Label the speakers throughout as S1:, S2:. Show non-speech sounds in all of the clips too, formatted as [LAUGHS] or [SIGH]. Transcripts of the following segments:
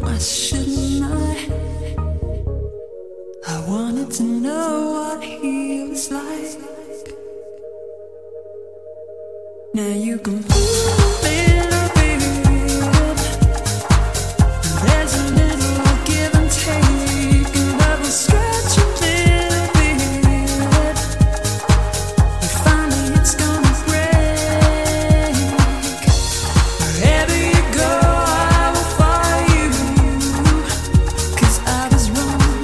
S1: Why shouldn't I? I wanted to know what he was like. Now you can prove it or be it. There's a little give and take, and I will stretch a little bit. And finally, it's gonna break. Wherever you go, I will follow you. 'Cause I was wrong.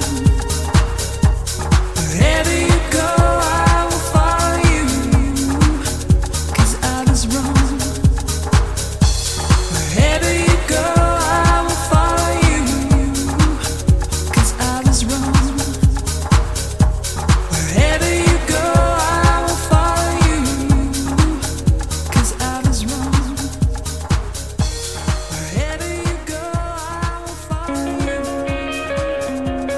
S1: Wherever you go, I will follow you. 'Cause I was wrong. Wherever you go, I will follow you. 'Cause I was wrong. Wherever you go, I will follow you. 'Cause I was wrong. Wherever you go, I will follow you.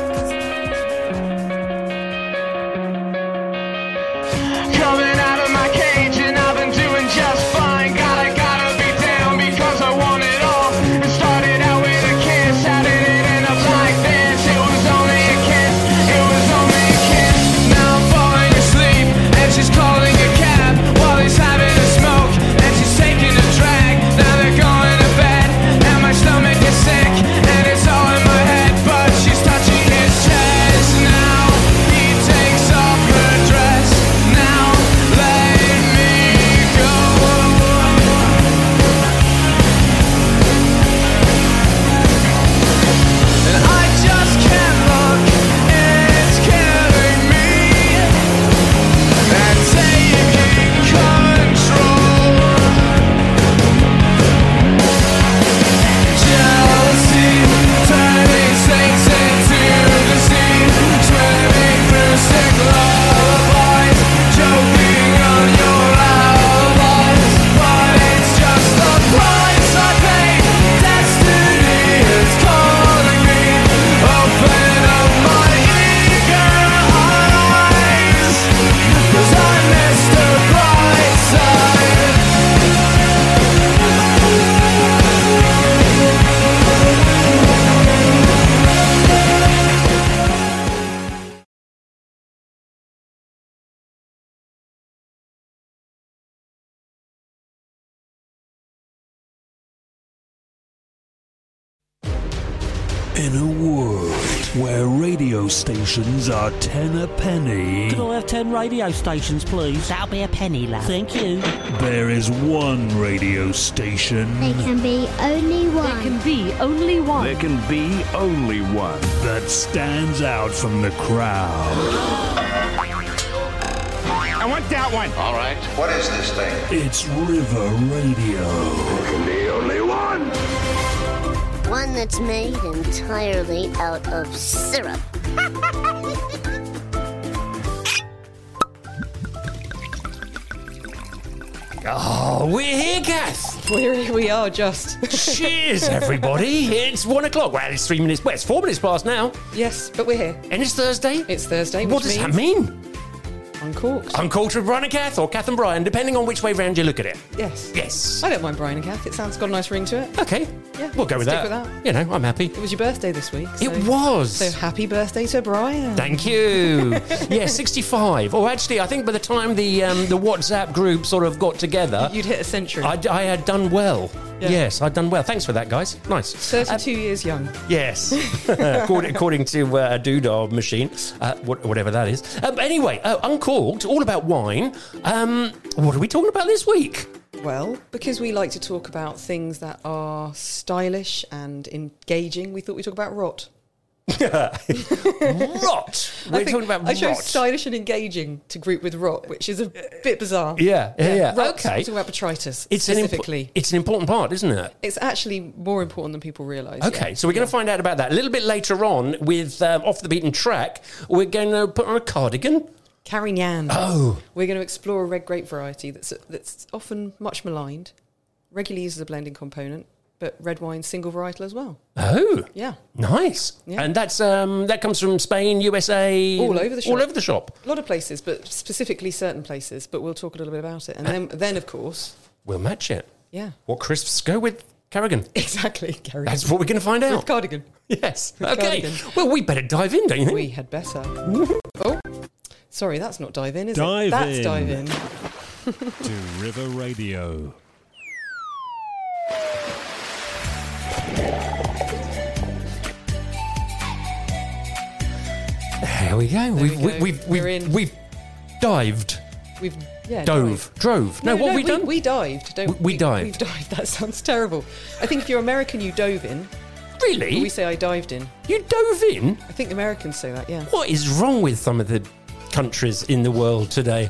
S2: Coming out of my cage and I've been doing just fine. Gotta, gotta be down because I want it all. It started out with a kiss, how did it end up like this? It was only a kiss, it was only a kiss. Now I'm falling asleep and she's calling a cab while he's having a smoke and she's taking a drag. Now they're going to bed and my stomach is sick and it's all in my head, but she's touching his chest now. He takes off her dress now. Let me go. And I just can't look. It's killing me. They're taking control. Jealousy turning snakes into disease. Swimming through sick lullabies, choking on your lullabies. But it's just the price I pay. Destiny is calling me. Open up my eager eyes, 'cause I missed the bright side.
S3: In a world where radio stations are ten a penny,
S4: Could I have ten radio stations, please?
S5: That'll be a penny, lad.
S4: Thank you.
S3: there is one radio station
S6: There can be only one.
S7: There can be only one.
S8: There can be only one.
S3: that stands out from the crowd.
S2: I want that one.
S9: All right. What is this thing?
S3: It's River Radio.
S8: There can be only one.
S6: One that's made entirely out of syrup.
S10: Oh, we're here, Gaff.
S7: We're, we are just.
S10: Cheers, everybody. It's one o'clock. Well, it's three minutes. Well, it's four minutes past now.
S7: yes, but we're here.
S10: And it's Thursday.
S7: It's Thursday.
S10: what
S7: Which
S10: does
S7: means
S10: that mean?
S7: Uncorked.
S10: I'm called to Brian and Kath or Kath and Brian, depending on which way round you look at it.
S7: Yes.
S10: Yes.
S7: I don't mind Brian and Kath. It sounds got a nice ring to it.
S10: Okay.
S7: Yeah,
S10: We'll go with
S7: stick
S10: that.
S7: with
S10: You know, I'm happy.
S7: It was your birthday this week. so-
S10: it was.
S7: So happy birthday to Brian.
S10: Thank
S7: [LAUGHS]
S10: you. yeah, 65. Or actually, I think by the time the um, the WhatsApp group sort of got together,
S7: You'd hit a century.
S10: I, I had done well.
S7: Yeah.
S10: Yes, I'd done well. Thanks for that, guys. Nice.
S7: [LAUGHS] 32 years young.
S10: Yes, according, according to uh, a doodah machine, uh, wha- whatever that is. Um, anyway, uh, uncorked, all about wine. Um, what are we talking about this week?
S7: Well, because we like to talk about things that are stylish and engaging, we thought we'd talk
S10: [LAUGHS]
S7: about rot. [LAUGHS]
S10: Rot.
S7: I
S10: We're
S7: think
S10: talking about
S7: I chose
S10: rot.
S7: stylish and engaging to group with rot, which is a bit bizarre.
S10: yeah, yeah, yeah.
S7: Rot,
S10: Okay.
S7: We're talking about botrytis
S10: It's an, impo-
S7: specifically.
S10: it's an important part, isn't it?
S7: it's actually more important than people realise. yeah.
S10: Okay, so we're going to find out about that a little bit later on with um, Off the Beaten Track. We're going to put on a cardigan.
S7: Carignan.
S2: Ah.
S10: Oh.
S7: We're going to explore a red grape variety that's that's often much maligned, regularly used as a blending component, but red wine single varietal as well.
S10: Oh,
S7: Yeah.
S10: nice.
S7: Yeah.
S10: And that's um, that comes from Spain, USA.
S7: All over the shop.
S10: All over the shop.
S7: A lot of places, but specifically certain places, but we'll talk a little bit about it. And then, then of course,
S10: We'll match it.
S7: yeah. [LAUGHS]
S10: What crisps go with
S2: Carrigan.
S7: Exactly, Gary.
S2: That's what we're going to find
S7: With
S2: out.
S7: cardigan.
S2: Yes.
S7: With
S2: okay.
S7: cardigan.
S2: Well, we better dive in, don't you think?
S7: We had better. oh, sorry, that's not dive in, is
S3: Dive
S7: it? That's
S3: in.
S7: dive in.
S3: to River Radio.
S2: There we go. We've,
S7: we
S2: we
S7: go.
S2: have
S7: We're
S2: we've,
S7: in.
S2: we've dived,
S7: We've yeah,
S2: dove, drove. No, what have we, done?
S7: We dived. Don't
S2: We- we dived.
S7: We've dived. [LAUGHS] That sounds terrible. I think if you're American, you dove in.
S2: really?
S7: We say I dived in.
S2: you dove in?
S7: I think Americans say that. Yeah.
S2: What is wrong with some of the countries in the world today?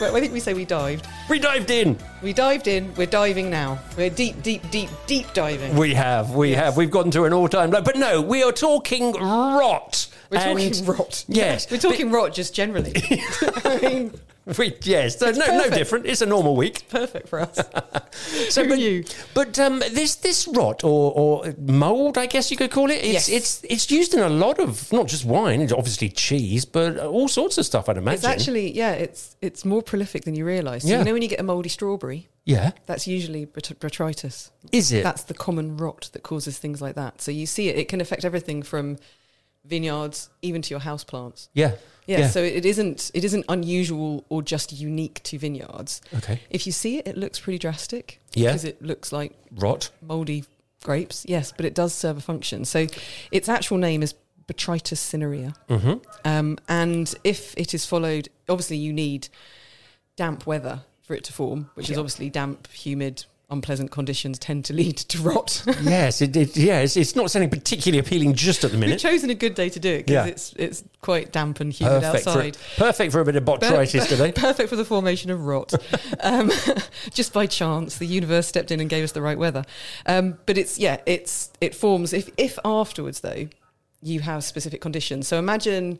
S7: Well, I think we say we dived.
S2: We dived in.
S7: We dived in. We're diving now. We're deep, deep, deep, deep diving.
S2: We have, we
S7: Yes.
S2: have. We've gotten to an all-time low. But no, we are talking rot.
S7: We're
S2: and-
S7: [LAUGHS] talking rot.
S2: Yes.
S7: We're talking rot just generally. I mean,
S2: [LAUGHS] We, yes, so no, no
S7: perfect.
S2: different. It's a normal week.
S7: perfect for us.
S2: [LAUGHS] So,
S7: Who
S2: but,
S7: knew?
S2: but um, this this rot or, or mold, I guess you could call it. It's
S7: Yes.
S2: it's it's used in a lot of not just wine, it's obviously cheese, but all sorts of stuff. I'd imagine.
S7: It's actually yeah. It's it's more prolific than you realise. So
S2: Yeah.
S7: You know when you get a mouldy strawberry,
S2: yeah,
S7: that's usually bot- botrytis.
S2: is it?
S7: That's the common rot that causes things like that. So you see it. It can affect everything from vineyards even to your house plants.
S2: yeah,
S7: Yeah, So it isn't it isn't unusual or just unique to vineyards.
S2: Okay.
S7: If you see it, it looks pretty drastic.
S2: Yeah.
S7: Because it looks like
S2: rot.
S7: mouldy grapes. Yes, but it does serve a function. So its actual name is Botrytis cinerea.
S2: Mm-hmm.
S7: Um, and if it is followed, obviously you need damp weather for it to form, which is obviously damp, humid, unpleasant conditions tend to lead to rot.
S2: Yes, it, it yeah, it's, it's not something particularly appealing just at the
S7: We've
S2: minute.
S7: chosen a good day to do it because
S2: Yeah.
S7: it's it's quite damp and humid
S2: Perfect for,
S7: outside.
S2: perfect for a bit of
S7: Per-
S2: botrytis today.
S7: [LAUGHS] Perfect for the formation of
S2: [LAUGHS]
S7: rot. um, [LAUGHS] just by chance, the universe stepped in and gave us the right weather. Um, but it's yeah, it's it forms if if afterwards though you have specific conditions. So imagine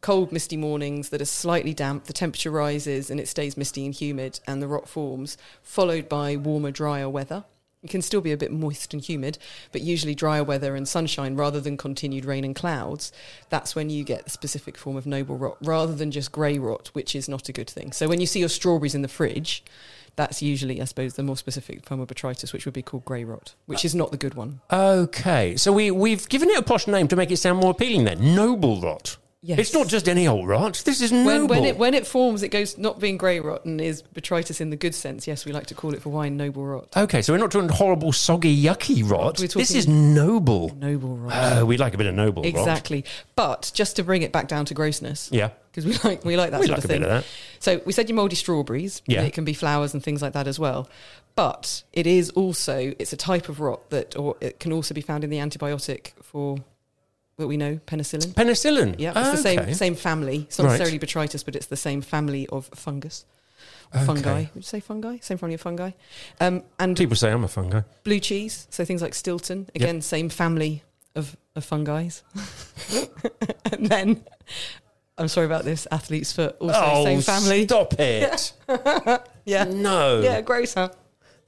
S7: cold, misty mornings that are slightly damp. The temperature rises and it stays misty and humid, and the rot forms, followed by warmer, drier weather. It can still be a bit moist and humid, but usually drier weather and sunshine rather than continued rain and clouds. That's when you get the specific form of noble rot rather than just grey rot, which is not a good thing. So when you see your strawberries in the fridge, that's usually, I suppose, the more specific form of botrytis, which would be called grey rot, which is not the good one.
S2: Okay, so we we've given it a posh name to make it sound more appealing. Then noble rot.
S7: Yes.
S2: It's not just any old rot. This is noble.
S7: when, when it when it forms, it goes not being grey rot and is botrytis in the good sense. Yes, we like to call it for wine noble rot.
S2: Okay, so we're not talking horrible, soggy, yucky rot.
S7: We're
S2: This
S7: talking-
S2: is noble.
S7: Noble rot.
S2: Uh, we like a bit of noble rot.
S7: exactly. But just to bring it back down to grossness.
S2: Yeah.
S7: Because we like we like that
S2: We
S7: sort
S2: like
S7: of
S2: a bit
S7: thing.
S2: of that.
S7: So we said your mouldy strawberries.
S2: Yeah.
S7: It can be flowers and things like that as well. But it is also it's a type of rot that or it can also be found in the antibiotic for that we know, penicillin.
S2: Penicillin.
S7: Yeah, it's the
S2: Okay.
S7: same same family. It's not
S2: Right.
S7: necessarily botrytis, but it's the same family of fungus. or Fungi. Would you say fungi? Same family of fungi. Um, and
S2: People say I'm a fungi.
S7: blue cheese, so things like Stilton. Again, same family of, of fungi. [LAUGHS] and then, I'm sorry about this, athlete's foot, also same family.
S2: Oh, stop it!
S7: [LAUGHS] Yeah.
S2: no,
S7: Yeah, grosser.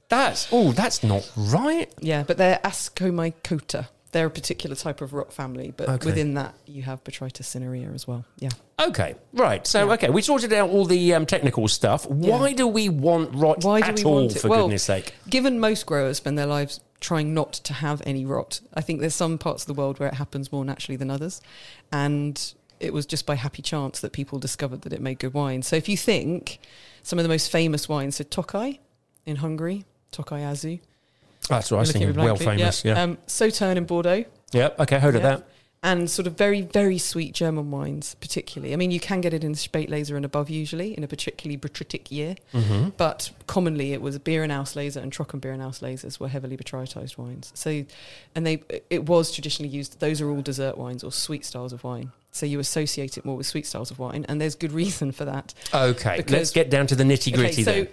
S2: that's oh, that's not right.
S7: Yeah, but they're Ascomycota. They're a particular type of rot family, but
S2: Okay.
S7: within that, you have Botrytis cinerea as well. Yeah.
S2: Okay, right. So okay, we sorted out all the um, technical stuff. Why do we want rot
S7: Why do
S2: at
S7: we
S2: all?
S7: want it?
S2: For
S7: Well,
S2: goodness sake.
S7: Given most growers spend their lives trying not to have any rot, I think there's some parts of the world where it happens more naturally than others. And it was just by happy chance that people discovered that it made good wine. So if you think some of the most famous wines, so Tokaj in Hungary, Tokaj Azu,
S2: That's what I was
S7: looking at
S2: thinking.
S7: me
S2: Well
S7: blankly,
S2: famous. Yeah.
S7: Um, Sauternes in Bordeaux,
S2: yeah. Okay. Heard of
S7: yeah.
S2: that.
S7: and sort of very, very sweet German wines, particularly. I mean, you can get it in Spätlese and above usually in a particularly botrytic year,
S2: Mm-hmm.
S7: but commonly it was beer and Auslese and Trockenbeer and Ausleses were heavily botrytized wines. So, and they it was traditionally used. Those are all dessert wines or sweet styles of wine. So you associate it more with sweet styles of wine, and there's good reason for that.
S2: Okay. Let's
S7: Because-
S2: get down to the nitty gritty
S7: so
S2: then.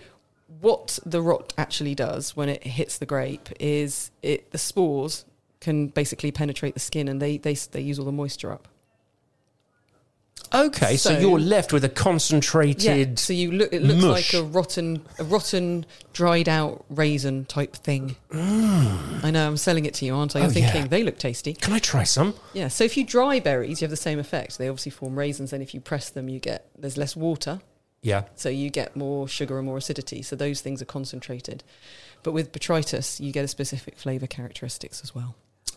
S7: what the rot actually does when it hits the grape is it the spores can basically penetrate the skin, and they they they use all the moisture up.
S2: Okay. So,
S7: so-
S2: you're left with a concentrated.
S7: So you look. It looks
S2: mush.
S7: like a rotten, a rotten, dried out raisin type thing. I know. I'm selling it to you, aren't I? You're
S2: Mm. Oh, yeah.
S7: thinking they look tasty.
S2: Can I try some?
S7: Yeah. So if you dry berries, you have the same effect. They obviously form raisins. Then if you press them, you get there's less water,
S2: Yeah.
S7: so you get more sugar and more acidity. So those things are concentrated. But with botrytis, you get a specific flavour characteristics as well.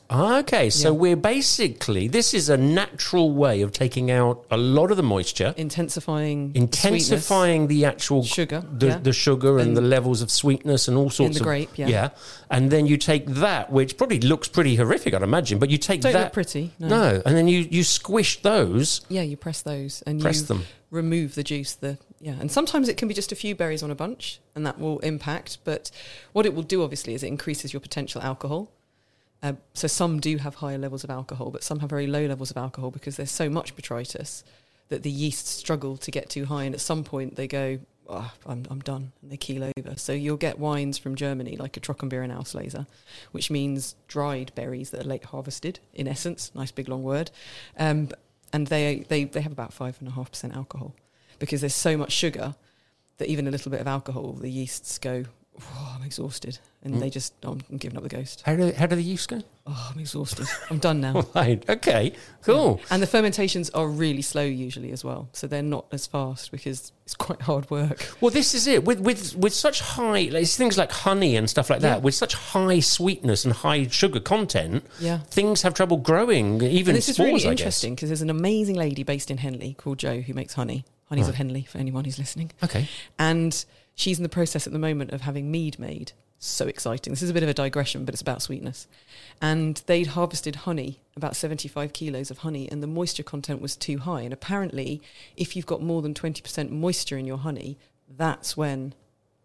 S10: Okay, so
S7: Yeah.
S10: we're basically this is a natural way of taking out a lot of the moisture,
S7: Intensifying the sweetness.
S10: intensifying the actual
S7: Sugar,
S10: the,
S7: yeah.
S10: the sugar and,
S7: And-
S10: the levels of sweetness and all sorts
S7: the
S10: of
S7: grape, yeah.
S10: and then you take that, which probably looks pretty horrific, I'd imagine, but you take
S7: Don't
S10: that
S7: look pretty, no.
S10: and then you you squish those.
S7: Yeah, you press those and
S10: Press
S7: you
S10: them.
S7: remove the juice. The yeah, and sometimes it can be just a few berries on a bunch, and that will impact. But what it will do, obviously, is it increases your potential alcohol. Uh, so some do have higher levels of alcohol, but some have very low levels of alcohol because there's so much botrytis that the yeast struggle to get too high, and at some point they go. "Ah, I'm, I'm done, and they keel over. So you'll get wines from Germany like a Trockenbeer and Auslaser, which means dried berries that are late harvested. In essence, nice big long word. Um, and they, they, they have about five and a half percent alcohol because there's so much sugar that even a little bit of alcohol, the yeasts go, oh, I'm exhausted. And they just, oh, I'm giving up the ghost.
S10: How do how do the yeast go?
S7: Oh, I'm exhausted. I'm done now.
S10: Right. Okay. Cool.
S7: And the fermentations are really slow usually as well. So they're not as fast because it's quite hard work.
S10: Well, this is it with with with such high like, it's things like honey and stuff like that. With such high sweetness and high sugar content,
S7: Yeah.
S10: things have trouble growing. Even
S7: And this is
S10: spores,
S7: really
S10: I
S7: interesting because there's an amazing lady based in Henley called Jo who makes honey. Honeys of Henley for anyone who's listening.
S10: Guess. Okay.
S7: And she's in the process at the moment of having mead made. So exciting. This is a bit of a digression, but it's about sweetness. And they'd harvested honey, about 75 kilos of honey, and the moisture content was too high. And apparently, if you've got more than 20% moisture in your honey, that's when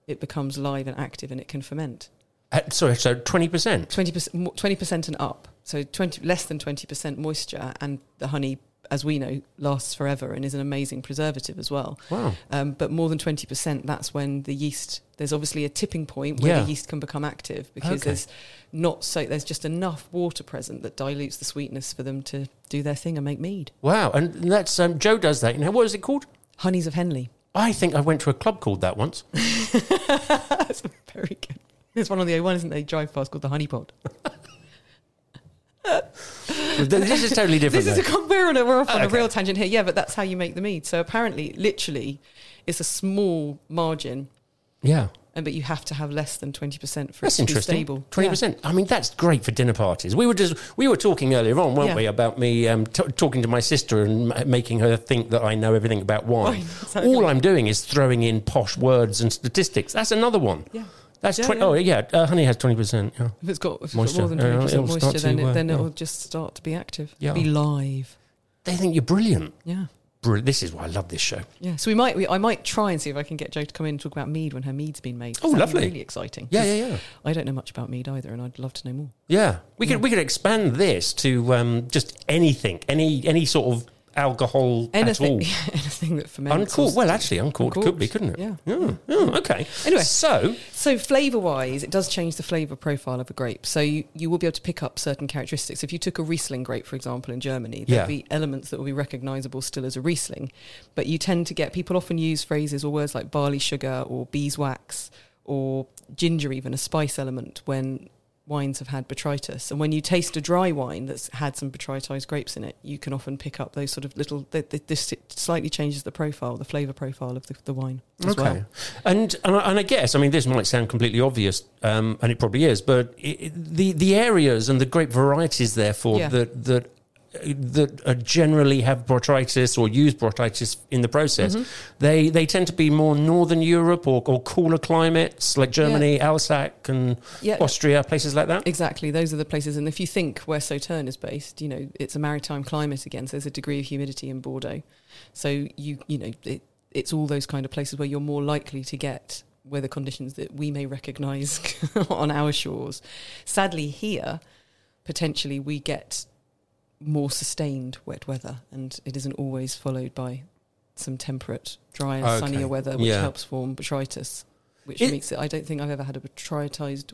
S7: it becomes live and active and it can ferment.
S10: Uh, sorry, so twenty percent.
S7: 20%, mo- 20% and up. So 20, less than 20% moisture, and the honey, as we know, lasts forever and is an amazing preservative as well.
S10: Wow.
S7: Um, but more than 20%, that's when the yeast, there's obviously a tipping point where
S10: Yeah.
S7: the yeast can become active because
S10: Okay.
S7: there's not so, there's just enough water present that dilutes the sweetness for them to do their thing and make mead.
S10: Wow, and that's um, Joe does that. Now, what is it called?
S7: Honeys of Henley.
S10: I think I went to a club called that once.
S7: That's [LAUGHS] very good. There's one on the A1, isn't there? You drive past called the Honey Pod.
S10: this is totally different.
S7: This is a
S10: though.
S7: con- we're on a, we're off on a
S10: Okay.
S7: real tangent here. Yeah, but that's how you make the mead. So apparently, literally, it's a small margin,
S10: yeah.
S7: and but you have to have less than twenty percent for
S10: That's
S7: it to be
S10: interesting.
S7: stable.
S10: Twenty
S7: [LAUGHS]
S10: percent. I mean, that's great for dinner parties. We were just we were talking earlier on, weren't
S7: Yeah.
S10: we, about me um, t- talking to my sister and m- making her think that I know everything about wine.
S7: [LAUGHS]
S10: All I'm doing is throwing in posh words and statistics. That's another one.
S7: Yeah.
S10: That's
S7: Yeah,
S10: twenty.
S7: yeah.
S10: Oh yeah, uh, honey has twenty percent. Yeah.
S7: If it's got, if it's got
S10: Moisture.
S7: more than
S10: Yeah,
S7: twenty percent
S10: it'll start
S7: moisture, then
S10: to, uh,
S7: it, then
S10: yeah.
S7: it'll just start to be active,
S10: Yeah.
S7: be live.
S10: They think you're brilliant.
S7: Yeah,
S10: Brill- This is why I love this show.
S7: yeah. So we might, we, I might try and see if I can get Joe to come in and talk about mead when her mead's been made.
S10: Oh,
S7: That'd be
S10: lovely.
S7: Really exciting.
S10: Yeah, yeah, yeah.
S7: I don't know much about mead either, and I'd love to know more.
S10: Yeah, we could we could expand this to um, just anything, any any sort of alcohol
S7: Anything,
S10: at all.
S7: [LAUGHS] anything that ferments. or
S10: Uncorked. Well, actually, uncorked, could
S7: Uncorked,
S10: be, couldn't it?
S7: yeah.
S10: yeah. yeah, Okay.
S7: Anyway.
S10: so
S7: So flavour wise, it does change the flavour profile of a grape. So you, you will be able to pick up certain characteristics. If you took a Riesling grape, for example, in Germany, there'll
S10: Yeah.
S7: be elements that will be recognisable still as a Riesling. But you tend to get people often use phrases or words like barley sugar or beeswax or ginger, even a spice element when wines have had botrytis. And when you taste a dry wine that's had some botrytised grapes in it, you can often pick up those sort of little. Th- th- this slightly changes the profile, the flavour profile of the, the wine as
S10: okay,
S7: well.
S10: and and I, and I guess I mean this might sound completely obvious, um, and it probably is, but it, it- the the areas and the great varieties, therefore,
S7: Yeah.
S10: that that that are generally have botrytis or use botrytis in the process,
S7: Mm-hmm.
S10: they they tend to be more northern Europe or, or cooler climates like Germany, Alsace, and
S7: Yeah.
S10: Austria, places like that.
S7: Exactly. Those are the places. And if you think where Sauternes is based, you know, it's a maritime climate again. So there's a degree of humidity in Bordeaux. So you, you know, it, it's all those kind of places where you're more likely to get weather conditions that we may recognise [LAUGHS] on our shores. Sadly, here, potentially, we get more sustained wet weather and it isn't always followed by some temperate, drier,
S10: Okay.
S7: sunnier weather, which
S10: Yeah.
S7: helps form botrytis, which
S10: It-
S7: makes it, I don't think I've ever had a botrytised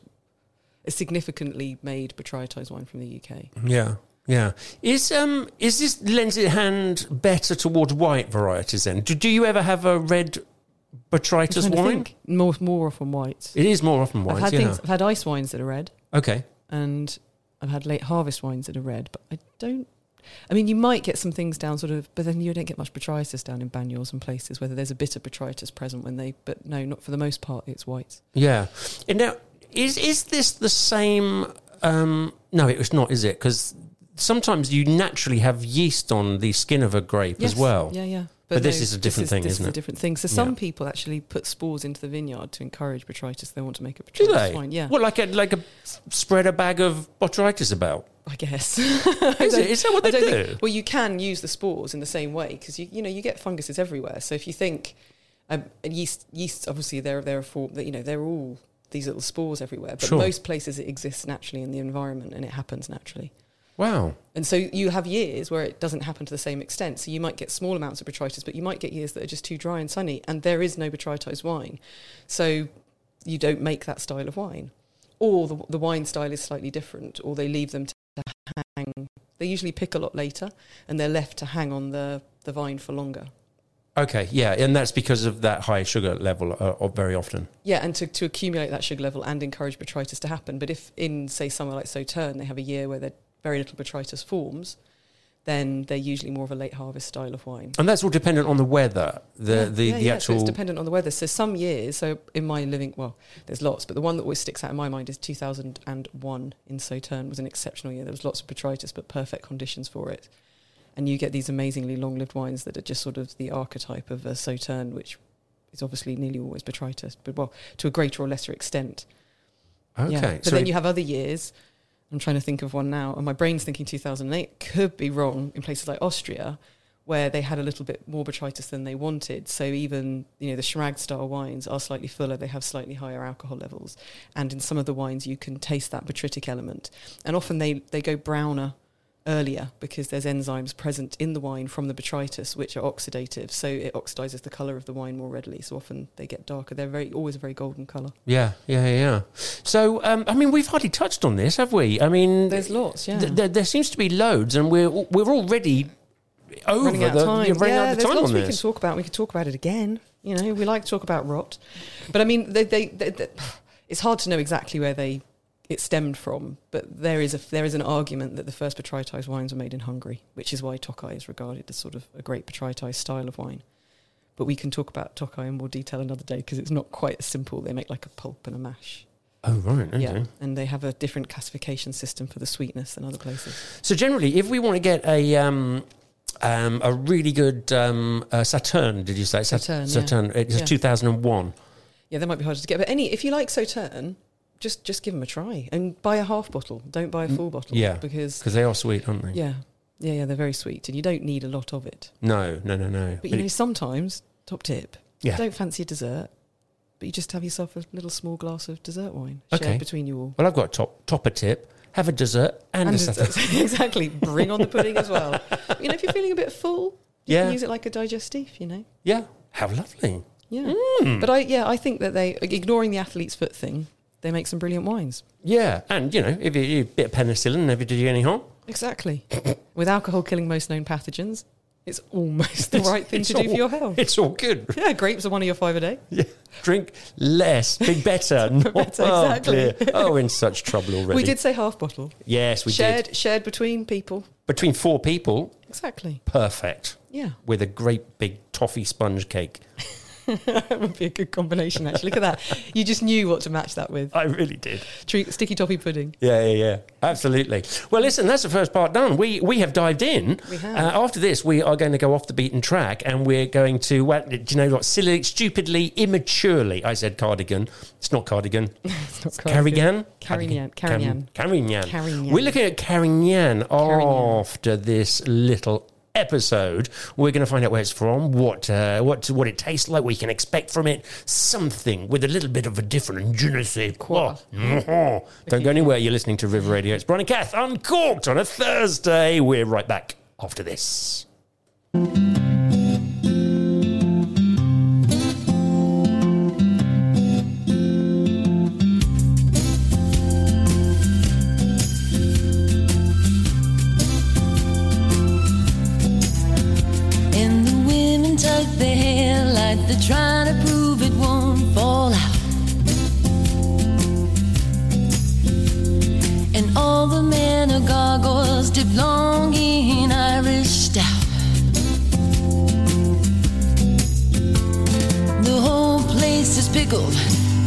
S7: a significantly made botrytised wine from the UK.
S10: Yeah. Yeah. Is um is this lends it hand better towards white varieties then? Do, do you ever have a red botrytis
S7: I'm trying to
S10: wine?
S7: think. more more often white.
S10: It is more often
S7: I've
S10: white,
S7: had
S10: yeah.
S7: things. I've had ice wines that are red,
S10: Okay.
S7: and I've had late harvest wines that are red. But I don't. I mean, you might get some things down, sort of, but then you don't get much botrytis down in banyuls and places. Whether there's a bit of botrytis present when they, but no, not for the most part, it's white.
S10: Yeah. And now Is is this the same? Um, no, it's not, is it? Because sometimes you naturally have yeast on the skin of a grape as
S7: Yes.
S10: well.
S7: Yeah, yeah.
S10: But this is a different thing,
S7: this
S10: isn't
S7: is
S10: it?
S7: a different thing. So some
S10: Yeah.
S7: people actually put spores into the vineyard to encourage botrytis. They want to make a
S10: Do
S7: botrytis
S10: they?
S7: wine. Yeah,
S10: What, like a like a spread a bag of botrytis about?
S7: I guess. [LAUGHS] I
S10: Is
S7: don't-
S10: it? Is that what
S7: I
S10: they
S7: don't
S10: do?
S7: well, you can use the spores in the same way because you you know you get funguses everywhere. So if you think um, and yeast yeasts obviously they're they're a form that you know they're all these little spores everywhere. But
S10: Sure.
S7: most places it exists naturally in the environment and it happens naturally.
S10: Wow.
S7: And so you have years where it doesn't happen to the same extent. So you might get small amounts of botrytis, but you might get years that are just too dry and sunny, and there is no botrytis wine. So you don't make that style of wine. Or the, the wine style is slightly different, or they leave them to hang. They usually pick a lot later, and they're left to hang on the, the vine for longer.
S10: Okay, yeah, and that's because of that high sugar level uh, of very often.
S7: Yeah, and to, to accumulate that sugar level and encourage botrytis to happen. But if in, say, somewhere like Sauternes, they have a year where there very little botrytis forms, then they're usually more of a late harvest style of wine.
S10: And that's all dependent on the weather, the the, the
S7: so
S10: actual.
S7: it's dependent on the weather. So some years, so in my living, well, there's lots, but the one that always sticks out in my mind is 2001 in Sauternes was an exceptional year. There was lots of botrytis, but perfect conditions for it. And you get these amazingly long-lived wines that are just sort of the archetype of a Sauternes, which is obviously nearly always botrytis, but well, to a greater or lesser extent.
S10: okay,
S7: Yeah. But
S10: so
S7: then you have other years. I'm trying to think of one now, and my brain's thinking 2008 could be wrong in places like Austria, where they had a little bit more botrytis than they wanted. So even you know the Schrag style wines are slightly fuller; they have slightly higher alcohol levels, and in some of the wines you can taste that botrytic element, and often they they go browner earlier because there's enzymes present in the wine from the botrytis which are oxidative so it oxidizes the color of the wine more readily so often they get darker they're very always a very golden color
S10: yeah, yeah, yeah. So um, I mean, we've hardly touched on this, have we? I mean,
S7: there's lots yeah
S10: th- there- there seems to be loads, and we're we're already over
S7: running out
S10: the
S7: of time.
S10: you're running
S7: yeah,
S10: out of
S7: there's
S10: time
S7: lots
S10: on
S7: we
S10: this.
S7: can talk about. We can talk about it again. You know, we like to talk about rot, but I mean, they, they, they, they- it's hard to know exactly where they it stemmed from. But there is a there is an argument that the first botrytis wines were made in Hungary, which is why Tokai is regarded as sort of a great botrytis style of wine. But we can talk about Tokai in more detail another day because it's not quite as simple. They make like a pulp and a mash.
S10: Oh right, okay.
S7: Yeah. And they have a different classification system for the sweetness than other places.
S10: So generally, if we want to get a um, um, a really good um, uh, Saturn, did you say Sat-
S7: Saturn, yeah.
S10: Saturn, it's
S7: Yeah.
S10: two thousand and one.
S7: Yeah, that might be harder to get. But any, if you like Sauternes, just just give them a try and buy a half bottle. Don't buy a full bottle.
S10: Mm, Yeah,
S7: because
S10: because they are sweet, aren't they?
S7: yeah, yeah, yeah, they're very sweet, and you don't need a lot of it.
S10: No, no, no, no.
S7: But you know, sometimes top tip.
S10: Yeah.
S7: Don't fancy a dessert, but you just have yourself a little small glass of dessert wine
S10: Okay.
S7: shared between you all.
S10: Well, I've got a top topper tip. Have a dessert and, a
S7: a-
S10: dessert.
S7: [LAUGHS] exactly, bring on the pudding
S10: [LAUGHS]
S7: as well. You know, if you're feeling a bit full, you
S10: Yeah.
S7: can use it like a digestif. You know.
S10: Yeah. How lovely.
S7: Yeah.
S10: Mm.
S7: But I yeah I think that they ignoring the athlete's foot thing, they make some brilliant wines.
S10: Yeah. And, you know, if you, you bit of penicillin never did you any harm.
S7: Exactly. With alcohol killing most known pathogens, it's almost [LAUGHS] the right thing
S10: It's
S7: to do
S10: all-
S7: for your health.
S10: It's all good.
S7: [LAUGHS] Yeah, grapes are one of your five a day.
S10: Yeah. Drink less, be
S7: [LAUGHS]
S10: better. not,
S7: better,
S10: oh,
S7: exactly.
S10: dear. Oh, in such trouble already.
S7: We did say half bottle.
S10: Yes, we
S7: shared
S10: did.
S7: shared between people.
S10: Between four people,
S7: Exactly.
S10: perfect.
S7: Yeah. [LAUGHS]
S10: With a great big toffee sponge cake.
S7: that would be a good combination actually. Look at that. You just knew what to match that with.
S10: I really did.
S7: Tre- sticky toffee pudding. [LAUGHS]
S10: Yeah, yeah, yeah. Absolutely. Well, listen, that's the first part done. We we have dived in.
S7: We have.
S10: Uh, after this, we are going to go off the beaten track and we're going to, well, do you know what? Silly, stupidly, immaturely, I said cardigan. It's not cardigan.
S7: It's not
S10: Carrigan?
S7: Carignan.
S10: Cardigan.
S7: Carignan.
S10: Cam- Carignan.
S7: Carignan.
S10: We're looking at Carignan
S7: Carignan.
S10: after this little episode. We're going to find out where it's from, what uh, what what it tastes like, what you can expect from it, something with a little bit of a different je ne sais quoi. Mhm. Don't go anywhere. You're listening to River Radio. It's Brian and Kath uncorked on a Thursday. We're right back after this.
S1: And the women tuck their hair like they're trying to prove it won't fall out. And all the men are gargoyles dipped long in Irish stout. The whole place is pickled.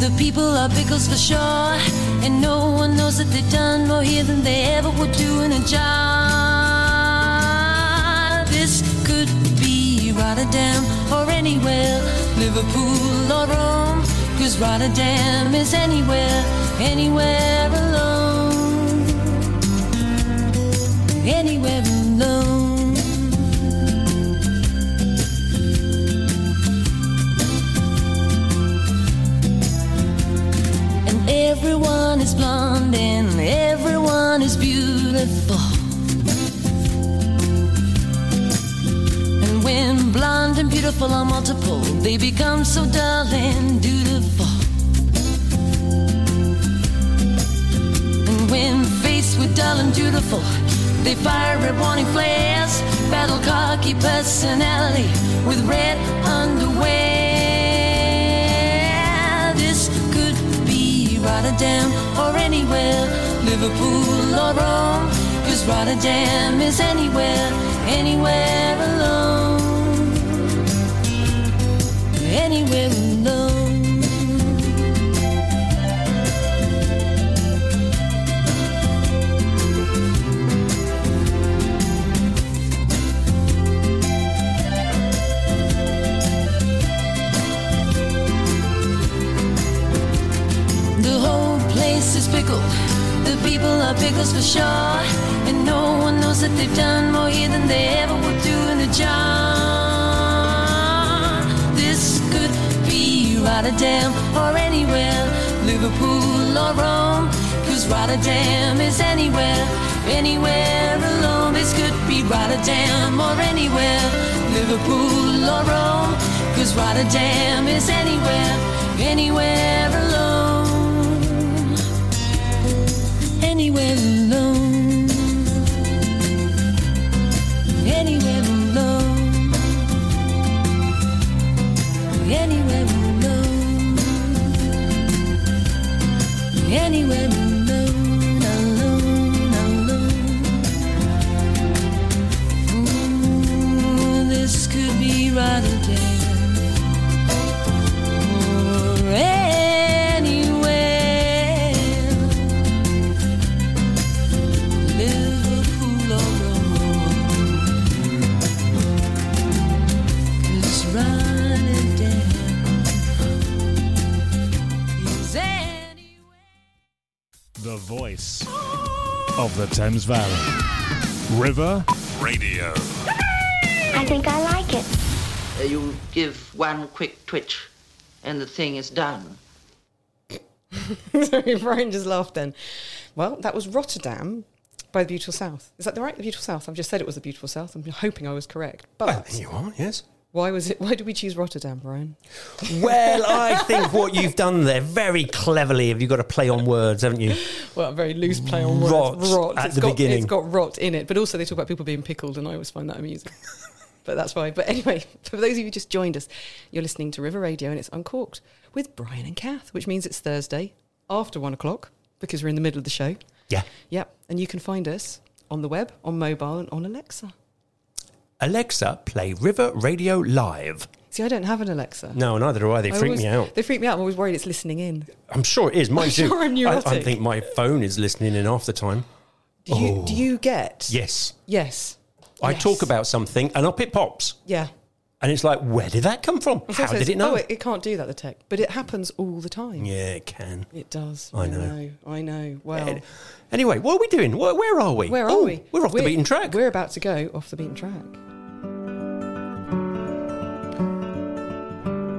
S1: The people are pickles for sure, and no one knows that they've done more here than they ever would do in a job. This could be Rotterdam or anywhere, Liverpool or Rome, cause Rotterdam is anywhere, anywhere alone. Anywhere alone. And everyone is blonde and everyone is beautiful. And when blonde and beautiful are multiple, they become so dull and dutiful. And when faced with dull and dutiful, they fire red warning flares, battle cocky personality with red underwear. This could be Rotterdam or anywhere, Liverpool or Rome, cause Rotterdam is anywhere, anywhere alone. Anywhere alone. The whole place is pickled. The people are pickles for sure. And no one knows that they've done more here than they ever would do in a job. This could be Rotterdam or anywhere, Liverpool or Rome. Cause Rotterdam is anywhere, anywhere alone. This could be Rotterdam or anywhere, Liverpool or Rome. Cause Rotterdam is anywhere, anywhere alone anywhere alone. Anywhere alone. Anywhere alone. Anywhere alone. Alone, alone. Ooh, this could be Rotterdam or anywhere. Liverpool or Rome. 'Cause Rotterdam is anywhere.
S3: The voice of the Thames Valley. River Radio.
S11: I think I like it. You give one quick twitch, and the thing is done.
S7: [LAUGHS] Sorry, Brian just laughed then. Well, that was Rotterdam by the Beautiful South. Is that the right? The Beautiful South. I've just said it was the Beautiful South. I'm hoping I was correct. But
S10: you are, yes.
S7: why was it? Why did we choose Rotterdam, Brian?
S10: Well, I think what you've done there very cleverly. Have you got to play on words, haven't you?
S7: Well, a very loose play on words.
S10: Rot at
S7: It's
S10: the
S7: got,
S10: beginning.
S7: It's got rot in it, but also they talk about people being pickled, and I always find that
S10: [LAUGHS]
S7: amusing. but that's why. But anyway, [LAUGHS] for those of you who just joined us, you're listening to River Radio, and it's Uncorked with Brian and Kath, which means it's Thursday after one o'clock because we're in the middle of the show.
S10: Yeah.
S7: Yep, and you can find us on the web, on mobile, and on Alexa.
S10: Alexa, play River Radio live.
S7: See, I don't have an Alexa.
S10: No, neither do I. They
S7: I
S10: freak
S7: always-
S10: me out.
S7: They freak me out. I'm always worried it's listening in.
S10: I'm sure it is. Mine
S7: I'm [LAUGHS]
S10: too.
S7: sure I'm
S10: I, I
S7: neurotic.
S10: think my phone is listening in half the time.
S7: Do you, do you get?
S10: Yes.
S7: Yes.
S10: Oh. I
S7: Yes.
S10: talk about something and up it pops.
S7: Yeah.
S10: And it's like, where did that come from?
S7: It
S10: How
S7: says-
S10: did it know?
S7: Oh, it, it can't do that, the tech. But it happens all the time.
S10: yeah, it can.
S7: It does.
S10: I know.
S7: I know. Well,
S10: Anyway, what are we doing? Where, where are we?
S7: where are
S10: Oh,
S7: we?
S10: We're off the beaten track.
S7: We're about to go off the beaten track. [LAUGHS]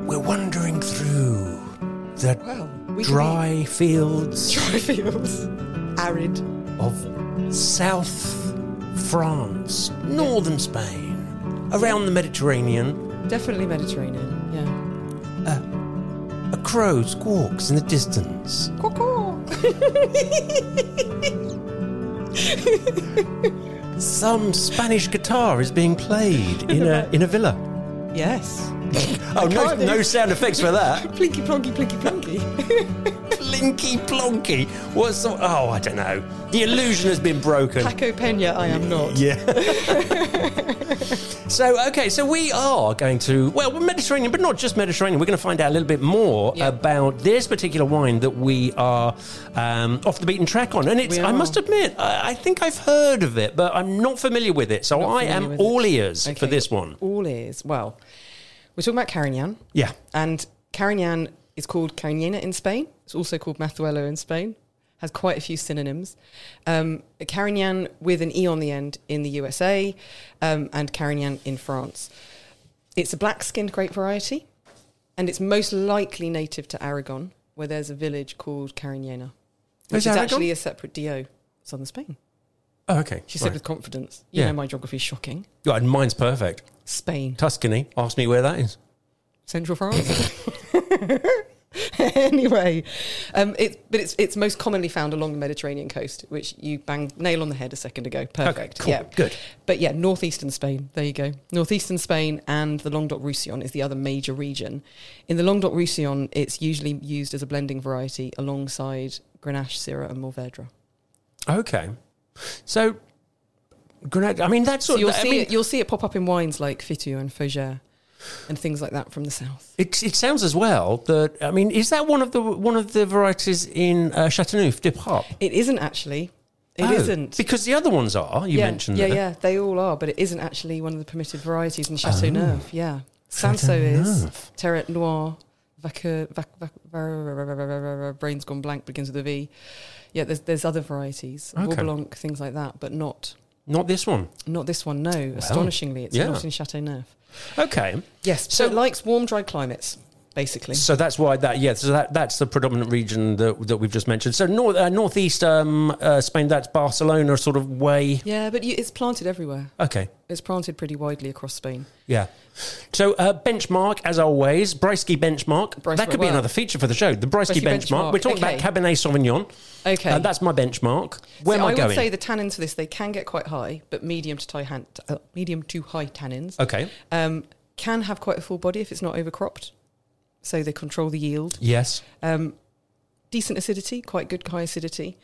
S10: We're wandering through the
S7: Well, we
S10: dry fields
S7: Dry fields. Arid.
S10: of South France, northern Spain, around the Mediterranean.
S7: Definitely Mediterranean. Yeah.
S10: A crow squawks in the distance. Some Spanish guitar is being played in a in a villa.
S7: [LAUGHS] Yes.
S10: Oh no!
S7: can't do-
S10: No sound effects for that. [LAUGHS]
S7: Plinky plonky plinky plonky.
S10: Plinky plonky. What's the? Oh, I don't know. The illusion has been broken.
S7: Paco Pena, I am not.
S10: Yeah. [LAUGHS] So, okay, so we are going to, well, we're Mediterranean, but not just Mediterranean. We're going to find out a little bit more about this particular wine that we are um, off the beaten track on. And it's,
S7: We
S10: I
S7: are.
S10: must admit, I, I think I've heard of it, but I'm not familiar with it. So I
S7: familiar
S10: am
S7: with
S10: all
S7: it.
S10: ears for
S7: Okay.
S10: this one.
S7: All ears. Well, we're talking about Carignan.
S10: Yeah.
S7: And Carignan is called Carignana in Spain. It's also called Mathuelo in Spain. Has quite a few synonyms. Um, Carignan with an E on the end in the USA um, and Carignan in France. It's a black skinned grape variety and it's most likely native to Aragon, where there's a village called Carignana, which
S10: Where's
S7: is
S10: Aragon?
S7: actually a separate DO. It's on Spain.
S10: Oh, okay.
S7: She said
S10: Right.
S7: with confidence. You
S10: Yeah.
S7: know, my geography is shocking.
S10: Yeah, and mine's perfect.
S7: Spain.
S10: Tuscany. Ask me where that is.
S7: Central France. [LAUGHS] anyway, um, it's but it's it's most commonly found along the Mediterranean coast, which you bang nail on the head a second ago. Perfect.
S10: cool,
S7: Yeah.
S10: good.
S7: But yeah, northeastern Spain. There you go. Northeastern Spain and the Languedoc Roussillon is the other major region. In the Languedoc Roussillon, it's usually used as a blending variety alongside Grenache, Syrah, and Morvedre.
S10: Okay. So, Grenade, I mean, that's
S7: So
S10: sort
S7: you'll
S10: of, I
S7: see
S10: mean,
S7: it, you'll see it pop up in wines like Fitu and Fougère and things like that from the south.
S10: It, it sounds as well that I mean, is that one of the one of the varieties in uh, Chateauneuf Dip Hop?
S7: It isn't actually. It
S10: Oh,
S7: not
S10: because the other ones are. You
S7: yeah,
S10: mentioned
S7: yeah,
S10: there.
S7: yeah, they all are, but it isn't actually one of the permitted varieties in
S10: Oh.
S7: Chateau Neuf. Yeah, Sanso is
S10: Chateauneuf.
S7: Terret Noir. Vaca, vac, vac, var- brain's gone blank begins with a V. Yeah, there's there's other varieties,
S10: Okay.
S7: okay. Blanc, things like that, but not
S10: Not this one.
S7: not this one. No, astonishingly, it's
S10: yeah.
S7: not in Chateau Neuf.
S10: Okay.
S7: Yes, so it likes warm, dry climates, basically.
S10: So that's why that yeah. So that, that's the predominant region that that we've just mentioned. So north uh, northeast um, uh, Spain. That's Barcelona sort of way.
S7: yeah, but you, it's planted everywhere.
S10: Okay.
S7: It's planted pretty widely across Spain.
S10: Yeah. So uh, benchmark, as always, Breisky benchmark. that could be
S7: well-
S10: another feature for the show. The Breisky,
S7: Breisky
S10: benchmark.
S7: benchmark,
S10: We're talking
S7: okay.
S10: about Cabernet Sauvignon.
S7: Okay.
S10: Uh, that's my benchmark. Where
S7: So
S10: am I,
S7: I
S10: going?
S7: would say the tannins for this they can get quite high, but medium to high han- uh, medium to high tannins.
S10: Okay.
S7: Um, can have quite a full body if it's not overcropped, so they control the yield.
S10: yes.
S7: Um, decent acidity, quite good high acidity.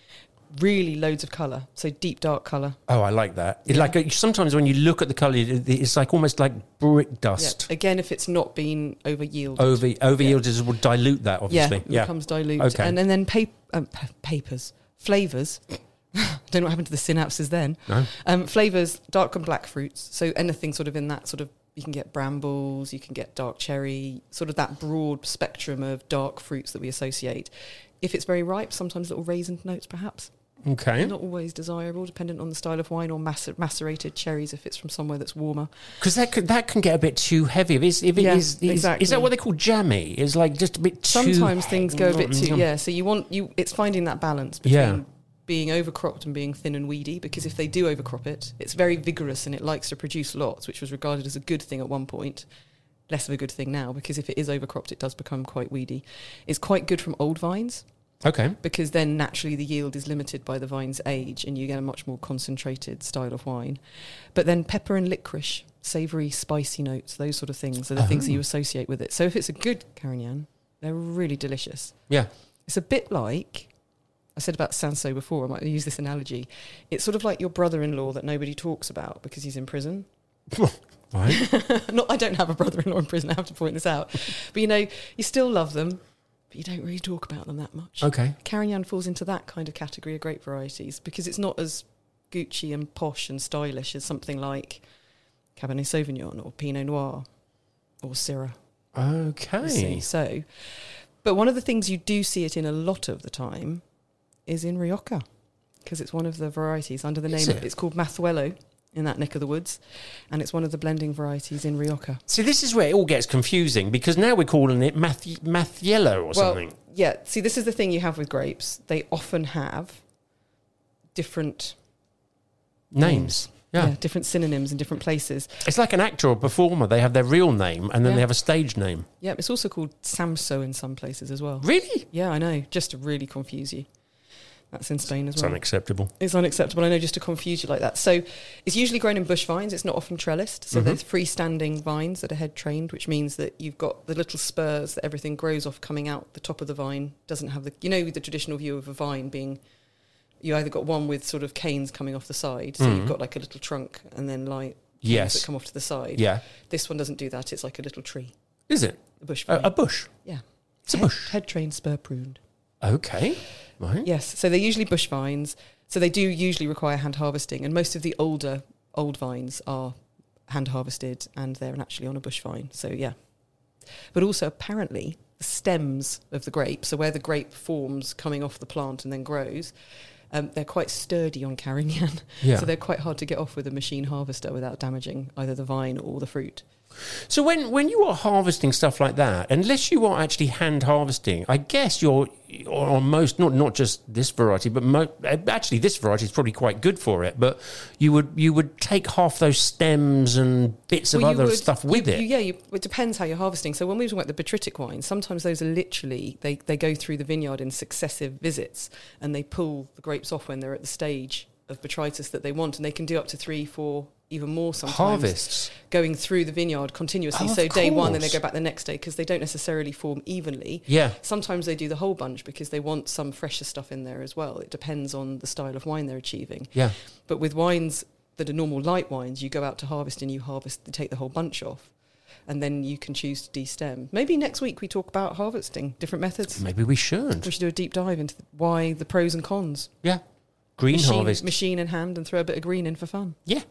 S7: Really loads of colour, so deep dark colour.
S10: Oh, I like that. It, Like uh, sometimes when you look at the color, it's like almost like brick
S7: Yeah.
S10: dust.
S7: Again, if it's not been over yielded.
S10: Over over yields will dilute that
S7: yeah,
S10: obviously.
S7: it becomes dilute.
S10: Okay.
S7: And, and then pap- um, pa- papers, flavours. [LAUGHS] Don't know what happened to the synapses then.
S10: No.
S7: Um, flavors, dark and black fruits. So anything sort of in that sort of, you can get brambles, you can get dark cherry, sort of that broad spectrum of dark fruits that we associate. If it's very ripe, sometimes little raisin notes perhaps.
S10: okay.
S7: Not always desirable, dependent on the style of wine or macer- macerated cherries if it's from somewhere that's warmer.
S10: Because that could, that can get a bit too heavy. If, it's, if it
S7: Yeah,
S10: is, is,
S7: exactly.
S10: is that what they call jammy? It's like just a bit too. Mm-hmm.
S7: Sometimes things go a bit too, yeah. So you want, you it's finding that balance between
S10: Yeah.
S7: being overcropped and being thin and weedy because if they do overcrop it, it's very vigorous and it likes to produce lots, which was regarded as a good thing at one point. Less of a good thing now because if it is overcropped, it does become quite weedy. It's quite good from old vines
S10: Okay.
S7: because then naturally the yield is limited by the vine's age and you get a much more concentrated style of wine. But then pepper and licorice, savoury, spicy notes, those sort of things are the things that you
S10: Oh.
S7: associate with it. So if it's a good Carignan, they're really delicious.
S10: Yeah.
S7: It's a bit like I said about Sanso before, I might use this analogy. It's sort of like your brother in law that nobody talks about because he's in prison. [LAUGHS] Not I don't have a brother in law in prison, I have to point this out. But you know, you still love them, but you don't really talk about them that much.
S10: Okay.
S7: Carignan falls into that kind of category of grape varieties because it's not as Gucci and posh and stylish as something like Cabernet Sauvignon or Pinot Noir or Syrah.
S10: Okay.
S7: You see, So, but one of the things you do see it in a lot of the time is in Rioja because it's one of the varieties under the
S10: Is
S7: name.
S10: it?
S7: It's called Mathuelo in that neck of the woods, and it's one of the blending varieties in Rioja.
S10: See, this is where it all gets confusing because now we're calling it Mathy- Mathiello or something.
S7: yeah. See, this is the thing you have with grapes. They often have different
S10: Names. Yeah.
S7: different synonyms in different places.
S10: It's like an actor or performer. They have their real name and then
S7: Yeah.
S10: they have a stage name.
S7: Yeah, it's also called Samso in some places as well.
S10: Really?
S7: Yeah, I know. Just to really confuse you. That's in Spain as
S10: It's
S7: well.
S10: unacceptable.
S7: It's unacceptable. I know, just to confuse you like that. So it's usually grown in bush vines. It's not often trellised. So
S10: Mhm.
S7: there's freestanding vines that are head trained, which means that you've got the little spurs that everything grows off coming out the top of the vine. Doesn't have the, you know, the traditional view of a vine being, you either got one with sort of canes coming off the side, so
S10: Mhm.
S7: you've got like a little trunk, and then like things
S10: Yes.
S7: that come off to the side.
S10: Yeah.
S7: This one doesn't do that. It's like a little tree.
S10: Is it?
S7: A bush.
S10: A-
S7: vine.
S10: a bush?
S7: Yeah. It's a bush. Head trained, spur pruned.
S10: Okay. Right.
S7: Yes. So they're usually bush vines. So they do usually require hand harvesting, and most of the older old vines are hand harvested, and they're naturally on a bush vine. So yeah. But also apparently the stems of the grape, so where the grape forms coming off the plant and then grows. Um, they're quite sturdy on Carignan,
S10: Yeah.
S7: [LAUGHS] so they're quite hard to get off with a machine harvester without damaging either the vine or the fruit.
S10: So when when you are harvesting stuff like that, unless you are actually hand harvesting, I guess you're or on most not not just this variety, but mo- actually this variety is probably quite good for it. But you would you would take half those stems and bits
S7: Well,
S10: of
S7: you
S10: other
S7: would-
S10: stuff
S7: you-
S10: with it.
S7: you- yeah, you, it depends how you're harvesting. So when we were talking about the botrytic wines, sometimes those are literally they, they go through the vineyard in successive visits and they pull the grapes off when they're at the stage of botrytis that they want, and they can do up to three, four, even more sometimes
S10: Harvests.
S7: going through the vineyard continuously.
S10: Oh,
S7: so
S10: of
S7: day one, then they
S10: course.
S7: go back the next day because they don't necessarily form evenly.
S10: Yeah.
S7: Sometimes they do the whole bunch because they want some fresher stuff in there as well. It depends on the style of wine they're achieving.
S10: Yeah.
S7: But with wines that are normal light wines, you go out to harvest and you harvest, you take the whole bunch off, and then you can choose to destem. Maybe next week we talk about harvesting, different methods.
S10: Maybe we
S7: We
S10: should
S7: should do a deep dive into why the pros and cons.
S10: Yeah. green
S7: machine,
S10: harvest.
S7: machine in hand, and throw a bit of green in for fun.
S10: Yeah.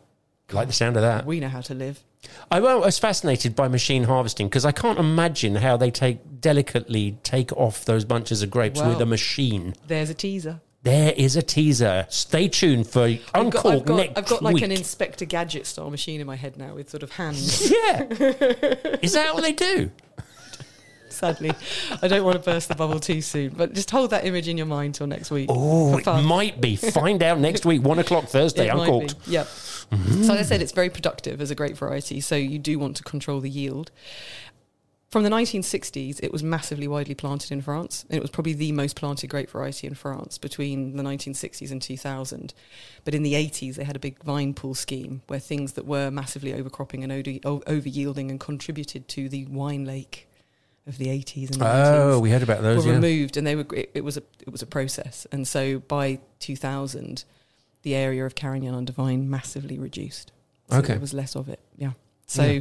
S10: Like the sound of that.
S7: We know how to live.
S10: I well, I was fascinated by machine harvesting because I can't imagine how they take delicately take off those bunches of grapes
S7: Well,
S10: with a machine.
S7: There's a teaser.
S10: There is a teaser. Stay tuned for
S7: I've got, I've
S10: Uncorked
S7: got,
S10: next
S7: I've got like
S10: week.
S7: an Inspector Gadget style machine in my head now with sort of hands.
S10: [LAUGHS]
S7: [LAUGHS]
S10: Yeah. Is that what they do?
S7: Sadly, I don't want to burst the bubble too soon, but just hold that image in your mind till next week.
S10: Oh,
S7: for
S10: it
S7: fun.
S10: might be. Find out next week, one o'clock Thursday.
S7: It might
S10: Uncorked.
S7: be, Yep. So, as I said, it's very productive as a grape variety, so you do want to control the yield. From the 1960s, it was massively widely planted in France. and It was probably the most planted grape variety in France between the 1960s and 2000. But in the 80s, they had a big vine pool scheme where things that were massively overcropping and over yielding and contributed to the wine lake of the 80s and
S10: Oh,
S7: 90s
S10: we heard about those,
S7: were
S10: yeah.
S7: removed and they were it, it was a it was a process and so by 2000 the area of Carignan under vine massively reduced so
S10: Okay.
S7: there was less of it yeah so
S10: Yeah.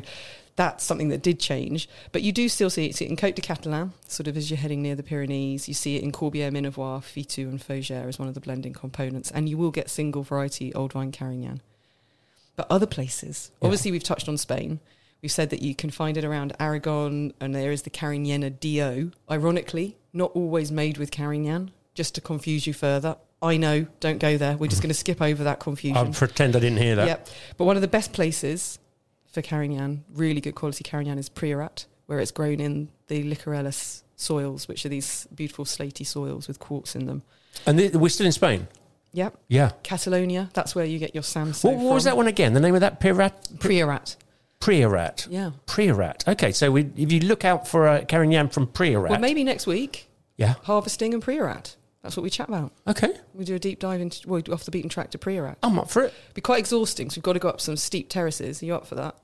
S7: that's something that did change but you do still see it, see it in Côte de Catalan sort of as you're heading near the Pyrenees you see it in Corbière Minervois Fitou and Fougère as one of the blending components and you will get single variety old vine Carignan but other places, obviously, we've touched on Spain. We've said that you can find it around Aragon, and there is the Carignana Dio. Ironically, not always made with Carignan, just to confuse you further. I know, don't go there. We're just going to skip over that confusion.
S10: I'll pretend I didn't hear that.
S7: Yep. But one of the best places for Carignan, really good quality Carignan, is Priorat, where it's grown in the Licorella s- soils, which are these beautiful slatey soils with quartz in them.
S10: And th- we're still in Spain.
S7: Yep.
S10: Yeah.
S7: Catalonia, that's where you get your Samso.
S10: What, what was
S7: from.
S10: that one again? The name of that Priorat?
S7: Priorat.
S10: Priorat.
S7: Yeah.
S10: Priorat. Okay, so we, if you look out for uh, Carignan from Priorat.
S7: Well, maybe next week.
S10: Yeah.
S7: Harvesting and Priorat. That's what we chat about.
S10: Okay.
S7: We do a deep dive into well, off the beaten track to Priorat.
S10: I'm up for it.
S7: Be quite exhausting, so we've got to go up some steep terraces. Are you up for that?